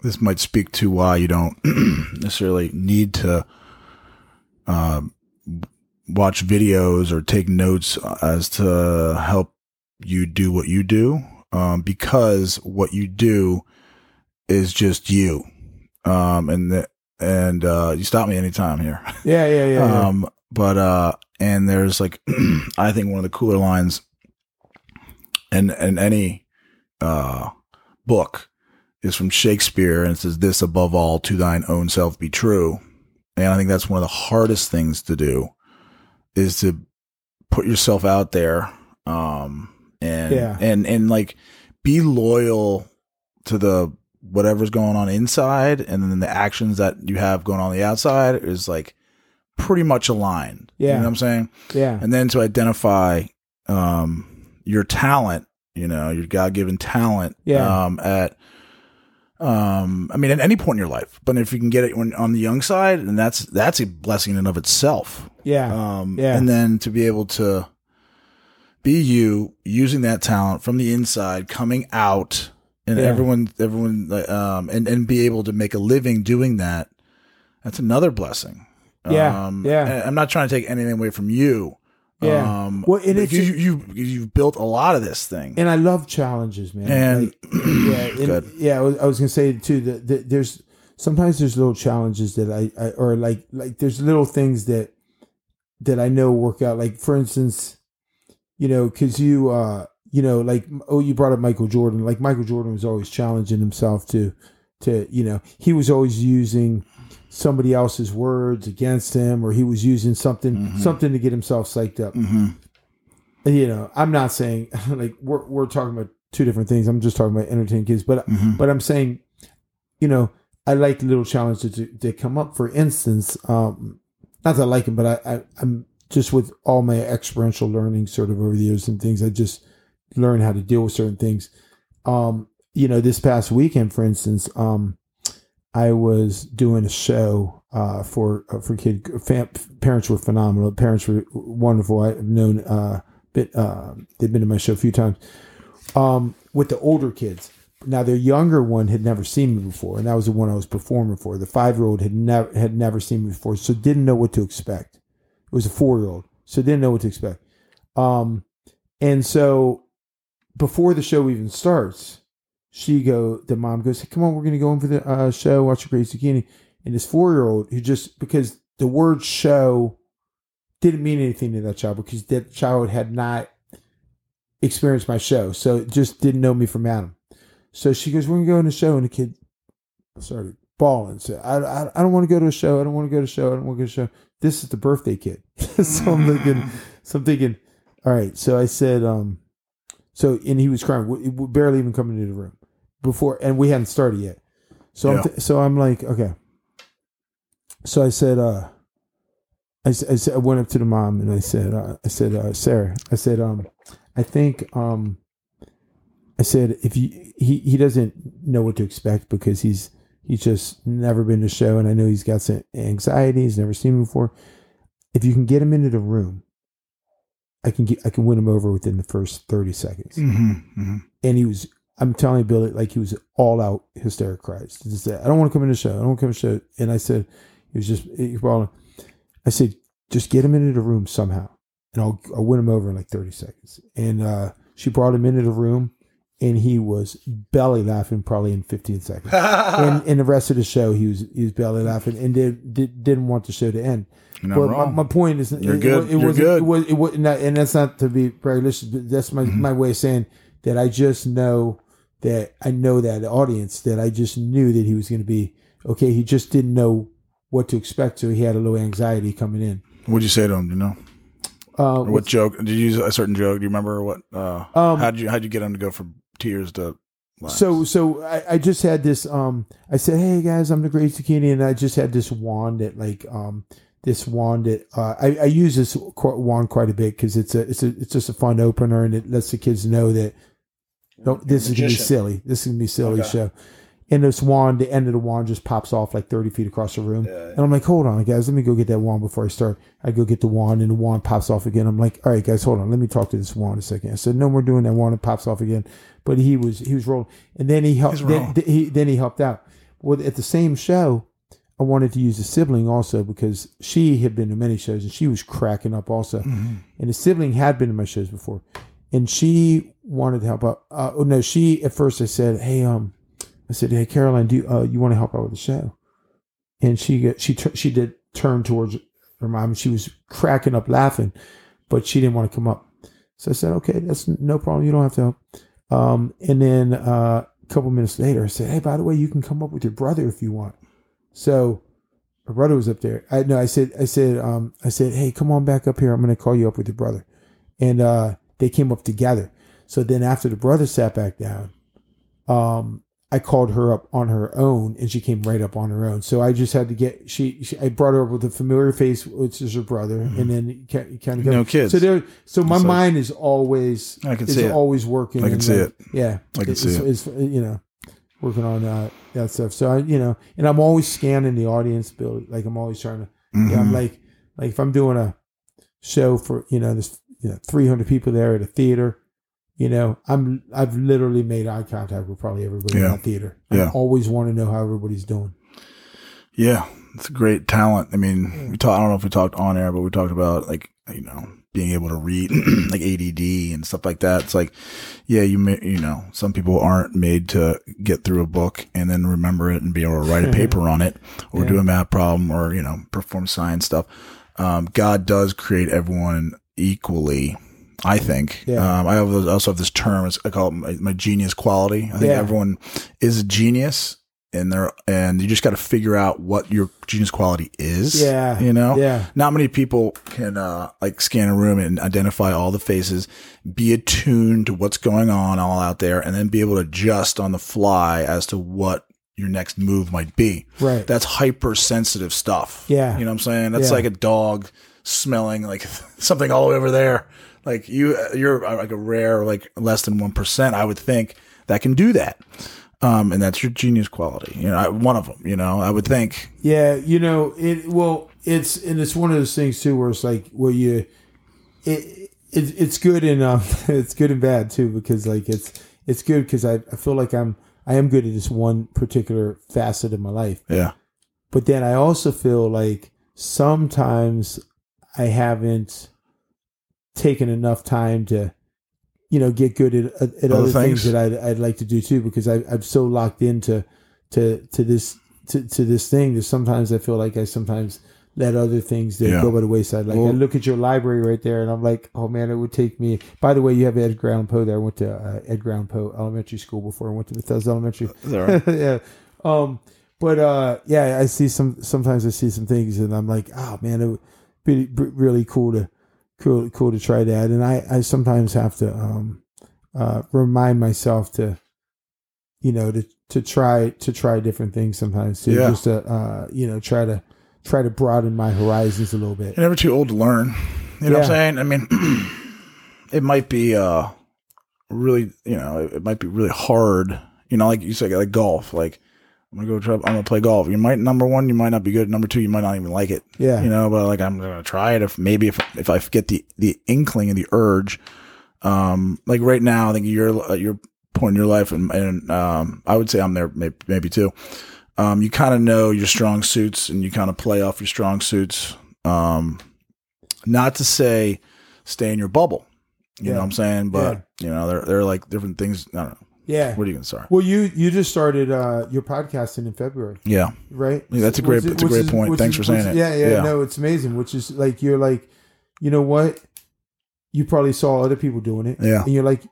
Speaker 1: this might speak to why you don't *clears throat* necessarily need to uh, watch videos or take notes as to help you do what you do, um, because what you do is just you, um, and the, and uh, you stop me anytime here.
Speaker 2: yeah, yeah, yeah. yeah.
Speaker 1: Um, but uh, and there's like *clears throat* I think one of the cooler lines in in any uh book is from Shakespeare, and it says, "This above all, to thine own self be true." And I think that's one of the hardest things to do is to put yourself out there, um, and
Speaker 2: Yeah.
Speaker 1: and and like be loyal to the whatever's going on inside, and then the actions that you have going on the outside is like pretty much aligned. You
Speaker 2: Yeah.
Speaker 1: know what I'm saying?
Speaker 2: yeah,
Speaker 1: And then to identify um, your talent, you know, your God given talent
Speaker 2: Yeah.
Speaker 1: um, at Um, I mean, at any point in your life, but if you can get it when, on the young side, and that's that's a blessing in and of itself.
Speaker 2: Yeah.
Speaker 1: Um,
Speaker 2: Yeah.
Speaker 1: and then to be able to be you using that talent from the inside, coming out, and
Speaker 2: Yeah.
Speaker 1: everyone, everyone, like, um, and and be able to make a living doing that. That's another blessing.
Speaker 2: Yeah.
Speaker 1: Um,
Speaker 2: Yeah.
Speaker 1: and I'm not trying to take anything away from you.
Speaker 2: Yeah.
Speaker 1: Um,
Speaker 2: Well,
Speaker 1: well,
Speaker 2: and it's
Speaker 1: you, you you you've built a lot of this thing,
Speaker 2: and I love challenges, man.
Speaker 1: and, *clears throat*
Speaker 2: yeah, and-
Speaker 1: Good.
Speaker 2: yeah. I was, I was gonna say too that, that there's sometimes there's little challenges that I, I or like like there's little things that that I know work out. Like for instance, you know, because you uh you know like oh you brought up Michael Jordan. Like Michael Jordan was always challenging himself to to you know he was always using somebody else's words against him or he was using something something to get himself psyched up
Speaker 1: Mhm.
Speaker 2: you know, I'm not saying *laughs* like we're we're talking about two different things. I'm just talking about entertaining kids, but
Speaker 1: Mhm.
Speaker 2: but I'm saying, you know, I like little challenges that, that come up. For instance, um, not that I like them, but I, I I'm just with all my experiential learning sort of over the years and things. I just learn how to deal with certain things. Um, you know, this past weekend, for instance, um, I was doing a show uh, for uh, for kid fam- parents were phenomenal. Parents were wonderful. I've known uh, bit, uh, they've been to my show a few times um, with the older kids. Now their younger one had never seen me before, and that was the one I was performing for. The five year old had never had never seen me before, so didn't know what to expect. It was a four year old, so didn't know what to expect. Um, and so before the show even starts, she go the mom goes, "Hey, "Come on, we're gonna go in for the uh, show. Watch the Great Zucchini." And this four year old who just because the word show didn't mean anything to that child because that child had not experienced my show, so just didn't know me from Adam. So she goes, "We're gonna go in the show," and the kid started bawling. So I, I, I don't want to go to a show. I don't want to go to a show. I don't want to go to a show. This is the birthday kid. *laughs* so I'm thinking, so I'm thinking, all right. So I said, um, so and he was crying, we, we barely even coming into the room before, and we hadn't started yet. So I'm
Speaker 1: Yeah.
Speaker 2: th- so I'm like, okay. So I said, uh, I, s- I s- I went up to the mom and I said, uh, I said, uh, Sarah, I said, um, I think, um, I said, if you, he, he doesn't know what to expect because he's, he's just never been to show. And I know he's got some anxiety. He's never seen me before. If you can get him into the room, I can get, I can win him over within the first 30 seconds.
Speaker 1: Mhm. Mhm.
Speaker 2: And he was, I'm telling you, Billy, like he was all out hysteric cries. He just said, I don't want to come into the show. I don't want to come to the show. And I said, he was just, he bawling. I said, just get him into the room somehow. And I'll, I'll win him over in like 30 seconds. And uh, she brought him into the room and he was belly laughing probably in
Speaker 1: *laughs*
Speaker 2: 15 seconds and, and the rest of the show, he was he was belly laughing and did, did didn't want the show to end.
Speaker 1: You're not
Speaker 2: But my,
Speaker 1: wrong.
Speaker 2: my point is,
Speaker 1: You're
Speaker 2: it,
Speaker 1: good.
Speaker 2: It,
Speaker 1: You're
Speaker 2: wasn't-
Speaker 1: good. Mm-hmm.
Speaker 2: It was, it was not, and that's not to be prejudicial. But that's my my way of saying that I just know that I know that audience that I just knew that he was going to be okay. He just didn't know what to expect, so he had a little anxiety coming in.
Speaker 1: What'd you say to him? Do you know?
Speaker 2: Uh,
Speaker 1: Or what joke? Did you use a certain joke? Do you remember what? Uh,
Speaker 2: Um,
Speaker 1: how'd you how'd you get him to go from tears to? laughs?
Speaker 2: So so I, I just had this um I said, Hey guys, I'm the great zucchini and I just had this wand that like um this wand that uh, I, I use this qu- wand quite a bit because it's a it's a it's just a fun opener and it lets the kids know that don't, this is gonna be
Speaker 1: magician.
Speaker 2: silly. This is gonna be silly
Speaker 1: Okay.
Speaker 2: show. And this wand, the end of the wand just pops off like thirty feet across the room. And I'm like, hold on, guys, let me go get that wand before I start. I go get the wand, and the wand pops off again. I'm like, all right, guys, hold on, let me talk to this wand a second. I said, no more doing that wand. It pops off again. But he was he was rolling, and then he helped.
Speaker 1: He's
Speaker 2: Then,
Speaker 1: wrong.
Speaker 2: th- he then he helped out. Well, at the same show, I wanted to use a sibling also because she had been to many shows and she was cracking up also. And the sibling had been to my shows before, and she wanted to help out. Uh, oh no, she at first I said, hey, um, I said, hey, Caroline, do you, uh, you want to help out with the show? and she got, she tur- she did turn towards her mom. She was cracking up laughing, but she didn't want to come up. So I said, "Okay, that's no problem. You don't have to help." Um, and then uh, a couple minutes later, I said, "Hey, by the way, you can come up with your brother if you want." So her brother was up there. I no, I said, I said, um, I said, "Hey, come on back up here. I'm going to call you up with your brother." And uh, they came up together. So then after the brother sat back down, um, I called her up on her own, and she came right up on her own. So I just had to get she. she I brought her up with a familiar face, which is her brother, and then kind of
Speaker 1: No kids.
Speaker 2: So there, so my
Speaker 1: It's like-
Speaker 2: mind is always
Speaker 1: I can
Speaker 2: is
Speaker 1: see it.
Speaker 2: always working.
Speaker 1: I can
Speaker 2: and
Speaker 1: see
Speaker 2: like- Yeah,
Speaker 1: I can
Speaker 2: it's,
Speaker 1: see it.
Speaker 2: It's, you know, working on that that stuff. So I, you know, and I'm always scanning the audience build. Like I'm always trying to. Yeah, I'm
Speaker 1: Mhm.
Speaker 2: like like if I'm doing a show for you know there's you know 300 people there at a theater, you know I'm I've literally made eye contact with probably everybody in
Speaker 1: Yeah.
Speaker 2: that theater.
Speaker 1: Yeah.
Speaker 2: I always want to know how everybody's doing.
Speaker 1: Yeah, it's a great talent. I mean,
Speaker 2: Yeah.
Speaker 1: we talk, I don't know if we talked on air, but we talked about like you know being able to read *clears throat* like ADD and stuff like that. It's like, yeah, you may, you know some people aren't made to get through a book and then remember it and be able to
Speaker 2: *laughs*
Speaker 1: write a paper on it or do
Speaker 2: Yeah.
Speaker 1: a math problem or you know perform science stuff. Um, God does create everyone equally. I think.
Speaker 2: Yeah.
Speaker 1: Um, I have those, also have this term. It's, I call it my, my genius quality. I think
Speaker 2: Yeah.
Speaker 1: everyone is a genius, and they're and you just got to figure out what your genius quality is.
Speaker 2: Yeah.
Speaker 1: you know.
Speaker 2: Yeah.
Speaker 1: Not many people can uh, like scan a room and identify all the faces, be attuned to what's going on all out there, and then be able to adjust on the fly as to what your next move might be.
Speaker 2: Right.
Speaker 1: That's hypersensitive stuff.
Speaker 2: Yeah.
Speaker 1: you know what I'm saying. That's
Speaker 2: Yeah.
Speaker 1: like a dog smelling like *laughs* something all over there. Like you, you're uh, like a rare, like less than one percent. I would think that can do that, um, and that's your genius quality. You know, I, one of them. You know, I would think.
Speaker 2: Yeah, you know, it well, it's and it's one of those things too where it's like where you it, it it's good and um *laughs* it's good and bad too because like it's it's good cuz I, I feel like I'm I am good at this one particular facet of my life.
Speaker 1: Yeah,
Speaker 2: But then I also feel like sometimes I haven't taken enough time to you know get good at, at other, things.
Speaker 1: things.
Speaker 2: that I'd, I'd like to do too because I, I'm so locked into to to this to, to this thing that sometimes I feel like I sometimes let other things that
Speaker 1: Yeah.
Speaker 2: go by the wayside. Like I
Speaker 1: Well-
Speaker 2: look at your library right there, and I'm like, oh man, it would take me. By the way, you have Ed Ground Poe there. I went to uh, Ed Ground Poe Elementary School before I went to Bethesda Elementary.
Speaker 1: Is that right?
Speaker 2: *laughs* yeah. Um, but uh, yeah, I see some. Sometimes I see some things, and I'm like, oh man, it would be b- really cool to cool cool to try that. And I I sometimes have to um uh remind myself to you know to to try to try different things sometimes too,
Speaker 1: Yeah.
Speaker 2: just to uh you know try to try to broaden my horizons a little bit.
Speaker 1: you're never too old to learn. You know what I'm
Speaker 2: Yeah.
Speaker 1: saying? I mean, *clears throat* it might be uh, really, you know, it, it might be really hard. You know, like you said, like golf. Like I'm gonna go try. I'm gonna play golf. You might number one, you might not be good. Number two, you might not even like it.
Speaker 2: Yeah,
Speaker 1: you know but like i'm gonna try it if maybe if if i get the the inkling and the urge um like right now i think you're at your point in your life and, and um i would say i'm there maybe, maybe too um you kind of know your strong suits and you kind of play off your strong suits um not to say stay in your bubble you know
Speaker 2: Yeah.
Speaker 1: what i'm saying but you know they're, they're like different things i don't know
Speaker 2: yeah.
Speaker 1: what are you gonna sorry
Speaker 2: Well, you you just started uh, your podcasting in February,
Speaker 1: yeah
Speaker 2: right?
Speaker 1: Yeah, that's a
Speaker 2: Which
Speaker 1: great-
Speaker 2: is-
Speaker 1: it's a
Speaker 2: which
Speaker 1: great
Speaker 2: is-
Speaker 1: point.
Speaker 2: which
Speaker 1: Thanks
Speaker 2: is-
Speaker 1: for saying
Speaker 2: which-
Speaker 1: it.
Speaker 2: Yeah, yeah,
Speaker 1: Yeah.
Speaker 2: no, it's amazing. Which is like you're like, you know what? You probably saw other people doing it,
Speaker 1: Yeah.
Speaker 2: and you're like,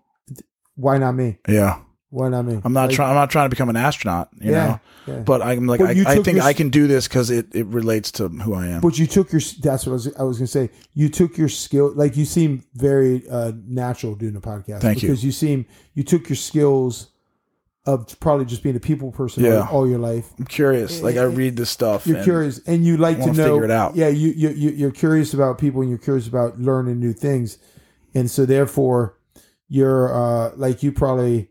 Speaker 2: why not me?
Speaker 1: yeah
Speaker 2: Why not me?
Speaker 1: i'm not
Speaker 2: Like,
Speaker 1: trying i'm not trying to become an astronaut you
Speaker 2: Yeah.
Speaker 1: know
Speaker 2: yeah.
Speaker 1: but i'm like
Speaker 2: But you
Speaker 1: I, I
Speaker 2: took
Speaker 1: think
Speaker 2: this-
Speaker 1: i can do this because it, it relates to who i am
Speaker 2: But you took your. That's what I was. I was gonna say. You took your skill. Like you seem very uh, natural doing a podcast.
Speaker 1: Thank you.
Speaker 2: because you seem you took your skills of probably just being a people person all-
Speaker 1: Yeah.
Speaker 2: all your life.
Speaker 1: I'm curious. Like I read this stuff.
Speaker 2: You're
Speaker 1: and-
Speaker 2: curious, and you like to
Speaker 1: wanna
Speaker 2: know.
Speaker 1: figure it out.
Speaker 2: Yeah, you, you you you're curious about people, and you're curious about learning new things, and so therefore, you're uh like you probably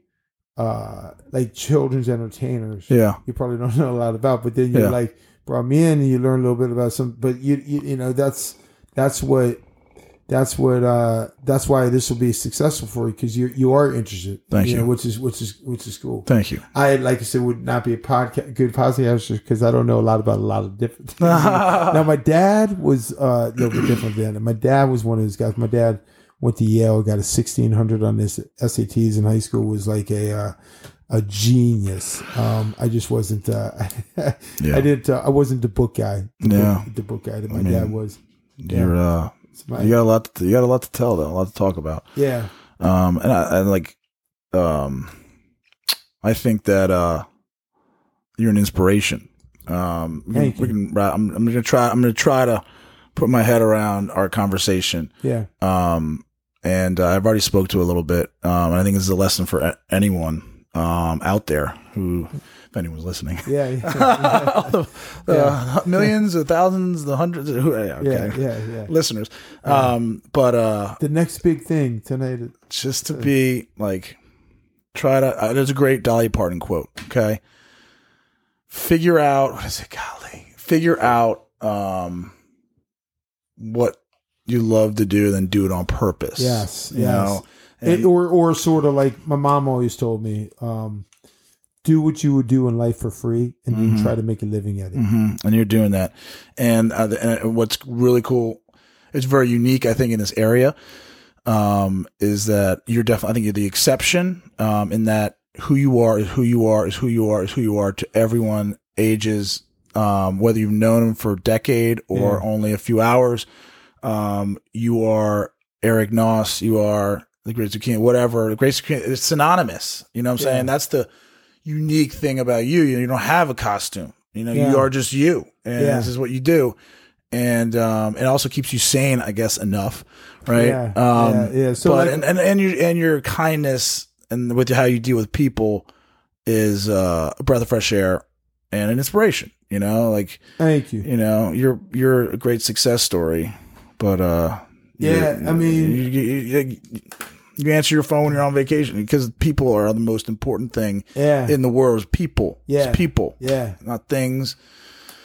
Speaker 2: uh like children's entertainers.
Speaker 1: Yeah.
Speaker 2: You probably don't *laughs* know a lot about, but then you're
Speaker 1: Yeah.
Speaker 2: like brought me in, and you learn a little bit about some. But you you, you know that's that's what. That's what. Uh, that's why this will be successful for you because you you are interested.
Speaker 1: Thank you.
Speaker 2: know, which is which is which is cool.
Speaker 1: Thank
Speaker 2: *laughs*
Speaker 1: you.
Speaker 2: I like I said would not be a podcast good podcaster because I don't know a lot about a lot of different things.
Speaker 1: *laughs*
Speaker 2: now my dad was uh, a little bit different than my dad was one of those guys. My dad went to Yale, got a sixteen hundred on his SATs in high school. Was like a uh, a genius. Um, I just wasn't. Uh, *laughs*
Speaker 1: Yeah.
Speaker 2: I didn't. Uh, I wasn't the book guy. The
Speaker 1: Yeah.
Speaker 2: book, the book guy that my
Speaker 1: mean,
Speaker 2: dad was.
Speaker 1: You're uh,
Speaker 2: It's my-
Speaker 1: you got a lot. To, you got a lot to tell though. A lot to talk about.
Speaker 2: yeah,
Speaker 1: Um, and I and like, um, I think that uh, you're an inspiration. Um, we can-
Speaker 2: Thank
Speaker 1: we can. I'm, I'm gonna try. I'm gonna try to put my head around our conversation.
Speaker 2: yeah,
Speaker 1: um, and uh, I've already spoke to a little bit, um, and I think this is a lesson for a- anyone um, out there who, if anyone's listening, *laughs*
Speaker 2: yeah, *laughs* yeah,
Speaker 1: All the,
Speaker 2: Yeah.
Speaker 1: uh, millions, the thousands, the hundreds, who, yeah, okay.
Speaker 2: yeah, yeah, yeah.
Speaker 1: listeners. Um, but uh,
Speaker 2: The next big thing tonight.
Speaker 1: just to be like Try to. Uh, there's a great Dolly Parton quote. Okay. Figure out what is it? Golly, figure out um what you love to do, then do it on purpose.
Speaker 2: Yes,
Speaker 1: you
Speaker 2: yes.
Speaker 1: know.
Speaker 2: It-
Speaker 1: And-
Speaker 2: or or sort of like my mom always told me, um, do what you would do in life for free, and
Speaker 1: Mhm.
Speaker 2: then try to make a living at it.
Speaker 1: hmm And you're doing that. And, uh, the- and what's really cool, it's very unique, I think, in this area, um, is that you're definitely, I think you're the exception um, in that who you are is who you are is who you are is who you are to everyone, ages, um, whether you've known them for a decade or only a few hours. Um, you are Eric Noss, you are the Great Zucchini, whatever. The Great Zucchini, it's synonymous. You know what I'm saying? That's the unique thing about you. You don't have a costume. You know,
Speaker 2: Yeah.
Speaker 1: you are just you, and
Speaker 2: Yeah.
Speaker 1: this is what you do. And um, it also keeps you sane, I guess, enough, right?
Speaker 2: Yeah,
Speaker 1: um,
Speaker 2: yeah, yeah. So
Speaker 1: but
Speaker 2: like-
Speaker 1: and and and your and your kindness and with how you deal with people is uh, a breath of fresh air and an inspiration. You know, like
Speaker 2: Thank you.
Speaker 1: you know, you're you're a great success story, but uh,
Speaker 2: Yeah,
Speaker 1: you're-
Speaker 2: I mean-
Speaker 1: you, you- you- you answer your phone when you're on vacation because people are the most important thing
Speaker 2: Yeah,
Speaker 1: in the world is people.
Speaker 2: Yeah.
Speaker 1: It's people,
Speaker 2: yeah.
Speaker 1: not things,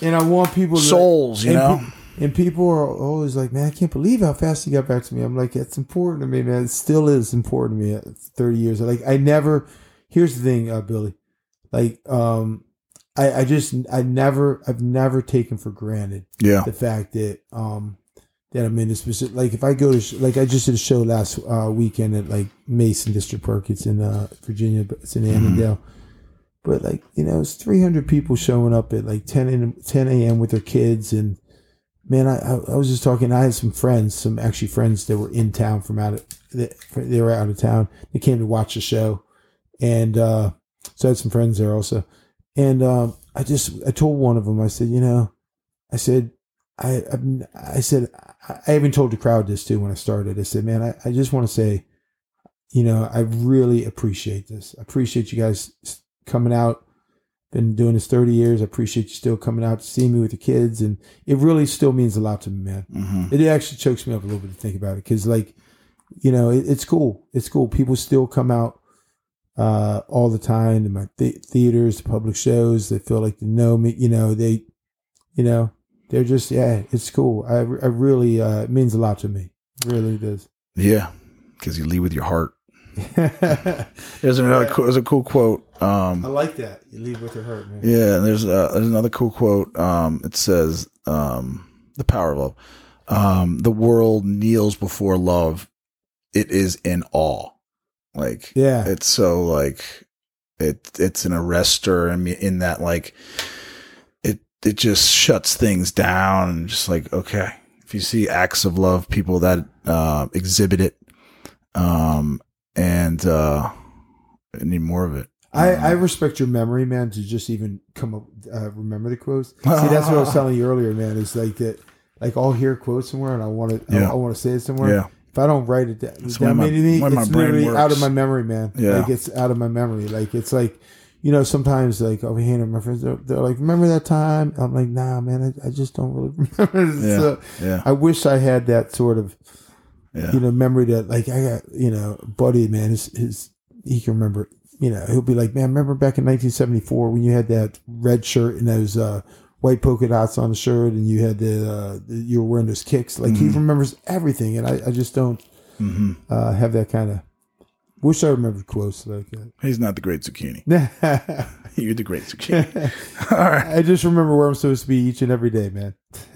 Speaker 2: And I want people to,
Speaker 1: souls, you
Speaker 2: and
Speaker 1: know?
Speaker 2: pe- and people are always like, "Man, I can't believe how fast you got back to me." I'm like, "It's important to me, man. It still is important to me. at 30 years. Like, I never. Here's the thing, uh, Billy. Like, um, I, I just, I never, I've never taken for granted
Speaker 1: yeah.
Speaker 2: the fact that um that I'm in this specific like if I go to sh- like I just did a show last uh weekend at like Mason District Park it's in uh Virginia but it's in Annandale but like you know it's 300 people showing up at like 10 in, 10 a.m with their kids and man I I I was just talking I had some friends some actually friends that were in town from out of that they were out of town they came to watch the show and uh so I had some friends there also and um I just I told one of them I said you know I said, I, I'm, I said, I, I even told the crowd this too when I started. I said, man, I, I just want to say, you know, I really appreciate this. I appreciate you guys s- coming out. Been doing this 30 years. I appreciate you still coming out to see me with the kids. And it really still means a lot to me, man.
Speaker 1: hmm
Speaker 2: It actually chokes me up a little bit to think about it because, like, you know, it, it's cool. It's cool. People still come out uh, all the time to my th- theaters, to public shows. They feel like they know me. You know, they, you know, they're just yeah. It's cool. I, re- I really uh, it means a lot to me. Really does. *laughs*
Speaker 1: Yeah. Because you lead with your heart. There's another cool, there's a cool quote. Um,
Speaker 2: like that. You leave with your hurt, man.
Speaker 1: Yeah, and there's uh, there's another cool quote. Um, it says, um, "The power of love. Um, the world kneels before love. It is in awe. Like
Speaker 2: Yeah.
Speaker 1: it's so like it. It's an arrestor. I mean, in that like it it just shuts things down and just like okay, if you see acts of love, people that uh, exhibit it, um, and uh, I need more of it.
Speaker 2: I, I respect your memory, man, to just even come up, uh, remember the quotes. See, that's what
Speaker 1: *laughs*
Speaker 2: I was telling you earlier, man. Is like that, like I'll hear a quote somewhere and I want to,
Speaker 1: Yeah.
Speaker 2: I, want to say it somewhere.
Speaker 1: Yeah.
Speaker 2: If I don't write it down,
Speaker 1: That's
Speaker 2: down
Speaker 1: why my-
Speaker 2: maybe
Speaker 1: why my
Speaker 2: it's
Speaker 1: brain
Speaker 2: literally out of
Speaker 1: works.
Speaker 2: my memory, man.
Speaker 1: Yeah.
Speaker 2: Like it's out of my memory. Like it's like, you know, sometimes like I'll be handing my friends, they're, they're like, remember that time? I'm like, nah, man, I, I just don't really *laughs* remember.
Speaker 1: Yeah.
Speaker 2: So
Speaker 1: Yeah.
Speaker 2: I wish I had that sort of,
Speaker 1: Yeah.
Speaker 2: you know, memory that like I got, you know, buddy, man, his, his he can remember, you know, he'll be like, man, remember back in 1974 when you had that red shirt and those uh, white polka dots on the shirt and you had the, uh, the- you were wearing those kicks. Like
Speaker 1: Mm-hmm.
Speaker 2: he remembers everything, and I, I just don't
Speaker 1: hmm
Speaker 2: uh, have that kind of. Wish I remembered quotes like
Speaker 1: He's not the great zucchini.
Speaker 2: that.
Speaker 1: *laughs*
Speaker 2: *laughs*
Speaker 1: You're the great zucchini. *laughs* All right.
Speaker 2: I just remember where I'm supposed to be each and every day, man. *laughs*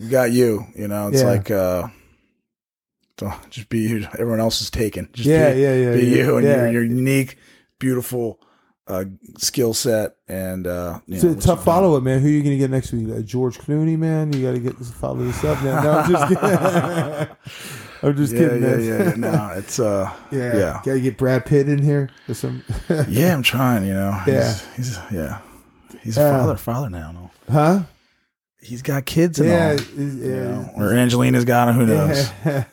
Speaker 1: We got you. You know, it's
Speaker 2: Yeah.
Speaker 1: like, uh, don't- just be you. Everyone else is taken. Just
Speaker 2: yeah,
Speaker 1: be,
Speaker 2: yeah, yeah,
Speaker 1: be
Speaker 2: yeah.
Speaker 1: you and
Speaker 2: yeah.
Speaker 1: your, your unique, beautiful uh, skill set. And, uh, you
Speaker 2: It's a
Speaker 1: what
Speaker 2: tough
Speaker 1: you've done.
Speaker 2: follow up, man. Who you going to get next week? Uh, George Clooney, man. You got to get this follow this up now. No, I'm
Speaker 1: *laughs*
Speaker 2: just kidding. *laughs* I'm just
Speaker 1: Yeah,
Speaker 2: kidding,
Speaker 1: yeah,
Speaker 2: man.
Speaker 1: yeah, yeah. No, it's, uh,
Speaker 2: *laughs* yeah.
Speaker 1: yeah.
Speaker 2: Got to get Brad Pitt in here. Or some, *laughs*
Speaker 1: yeah, I'm trying, you know.
Speaker 2: Yeah.
Speaker 1: He's, he's yeah. He's
Speaker 2: Yeah.
Speaker 1: a father, father now. and all.
Speaker 2: huh?
Speaker 1: He's got kids and
Speaker 2: Yeah,
Speaker 1: all.
Speaker 2: it-
Speaker 1: you
Speaker 2: yeah,
Speaker 1: know. Or Angelina's got him. Who knows?
Speaker 2: *laughs* yeah.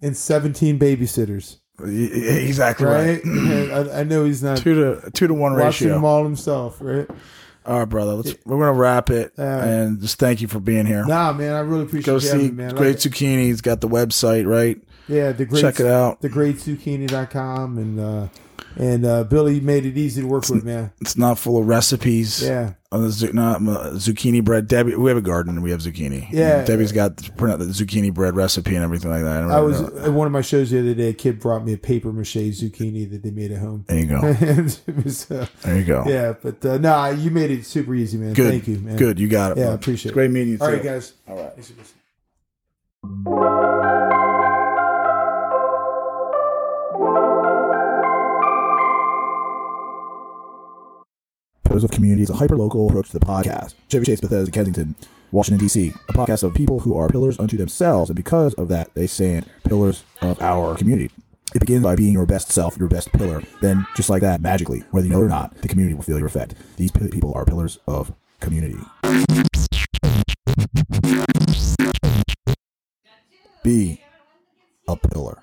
Speaker 2: and 17 babysitters,
Speaker 1: E- e- Exactly right.
Speaker 2: right? *clears throat* I, I know he's not
Speaker 1: Two to two to one
Speaker 2: watching
Speaker 1: ratio.
Speaker 2: them all himself, right?
Speaker 1: All right, brother. Let's we're gonna wrap it
Speaker 2: All right.
Speaker 1: and just thank you for being here.
Speaker 2: Nah, man. I really appreciate
Speaker 1: Go
Speaker 2: you having
Speaker 1: see
Speaker 2: me, man.
Speaker 1: Great
Speaker 2: Like,
Speaker 1: Zucchini. He's got the website right.
Speaker 2: yeah, the great
Speaker 1: Check it out.
Speaker 2: the greatzucchini.com and uh And uh, Billy made it easy to work
Speaker 1: *laughs*
Speaker 2: with, man.
Speaker 3: It's not full of recipes.
Speaker 2: Yeah.
Speaker 3: Uh, the zu- not, uh, zucchini bread. Debbie, we have a garden and we have zucchini.
Speaker 2: Yeah.
Speaker 3: Debbie's got the, print out the zucchini bread recipe and everything like that. I, don't
Speaker 2: I
Speaker 3: really
Speaker 2: was
Speaker 3: know.
Speaker 2: at one of my shows the other day. A kid brought me a paper mache zucchini that they made at
Speaker 3: *laughs*
Speaker 2: home.
Speaker 3: There you
Speaker 2: *laughs*
Speaker 3: go.
Speaker 2: and it was, uh,
Speaker 3: There you go.
Speaker 2: yeah, but uh, nah, you made it super easy, man.
Speaker 3: Good.
Speaker 2: Thank you, man.
Speaker 3: Good. You got it.
Speaker 2: Yeah, I
Speaker 3: bud.
Speaker 2: appreciate
Speaker 3: It's great meeting you.
Speaker 2: All right,
Speaker 3: too.
Speaker 2: guys.
Speaker 3: All right.
Speaker 1: Pillars of Community is a hyperlocal approach to the podcast. Chevy Chase, Bethesda, Kensington, Washington, D.C. A podcast of people who are pillars unto themselves, and because of that, they stand pillars of our community. It begins by being your best self, your best pillar. Then, just like that, magically, whether you know it or not, the community will feel your effect. These p- people are pillars of community. Be a pillar.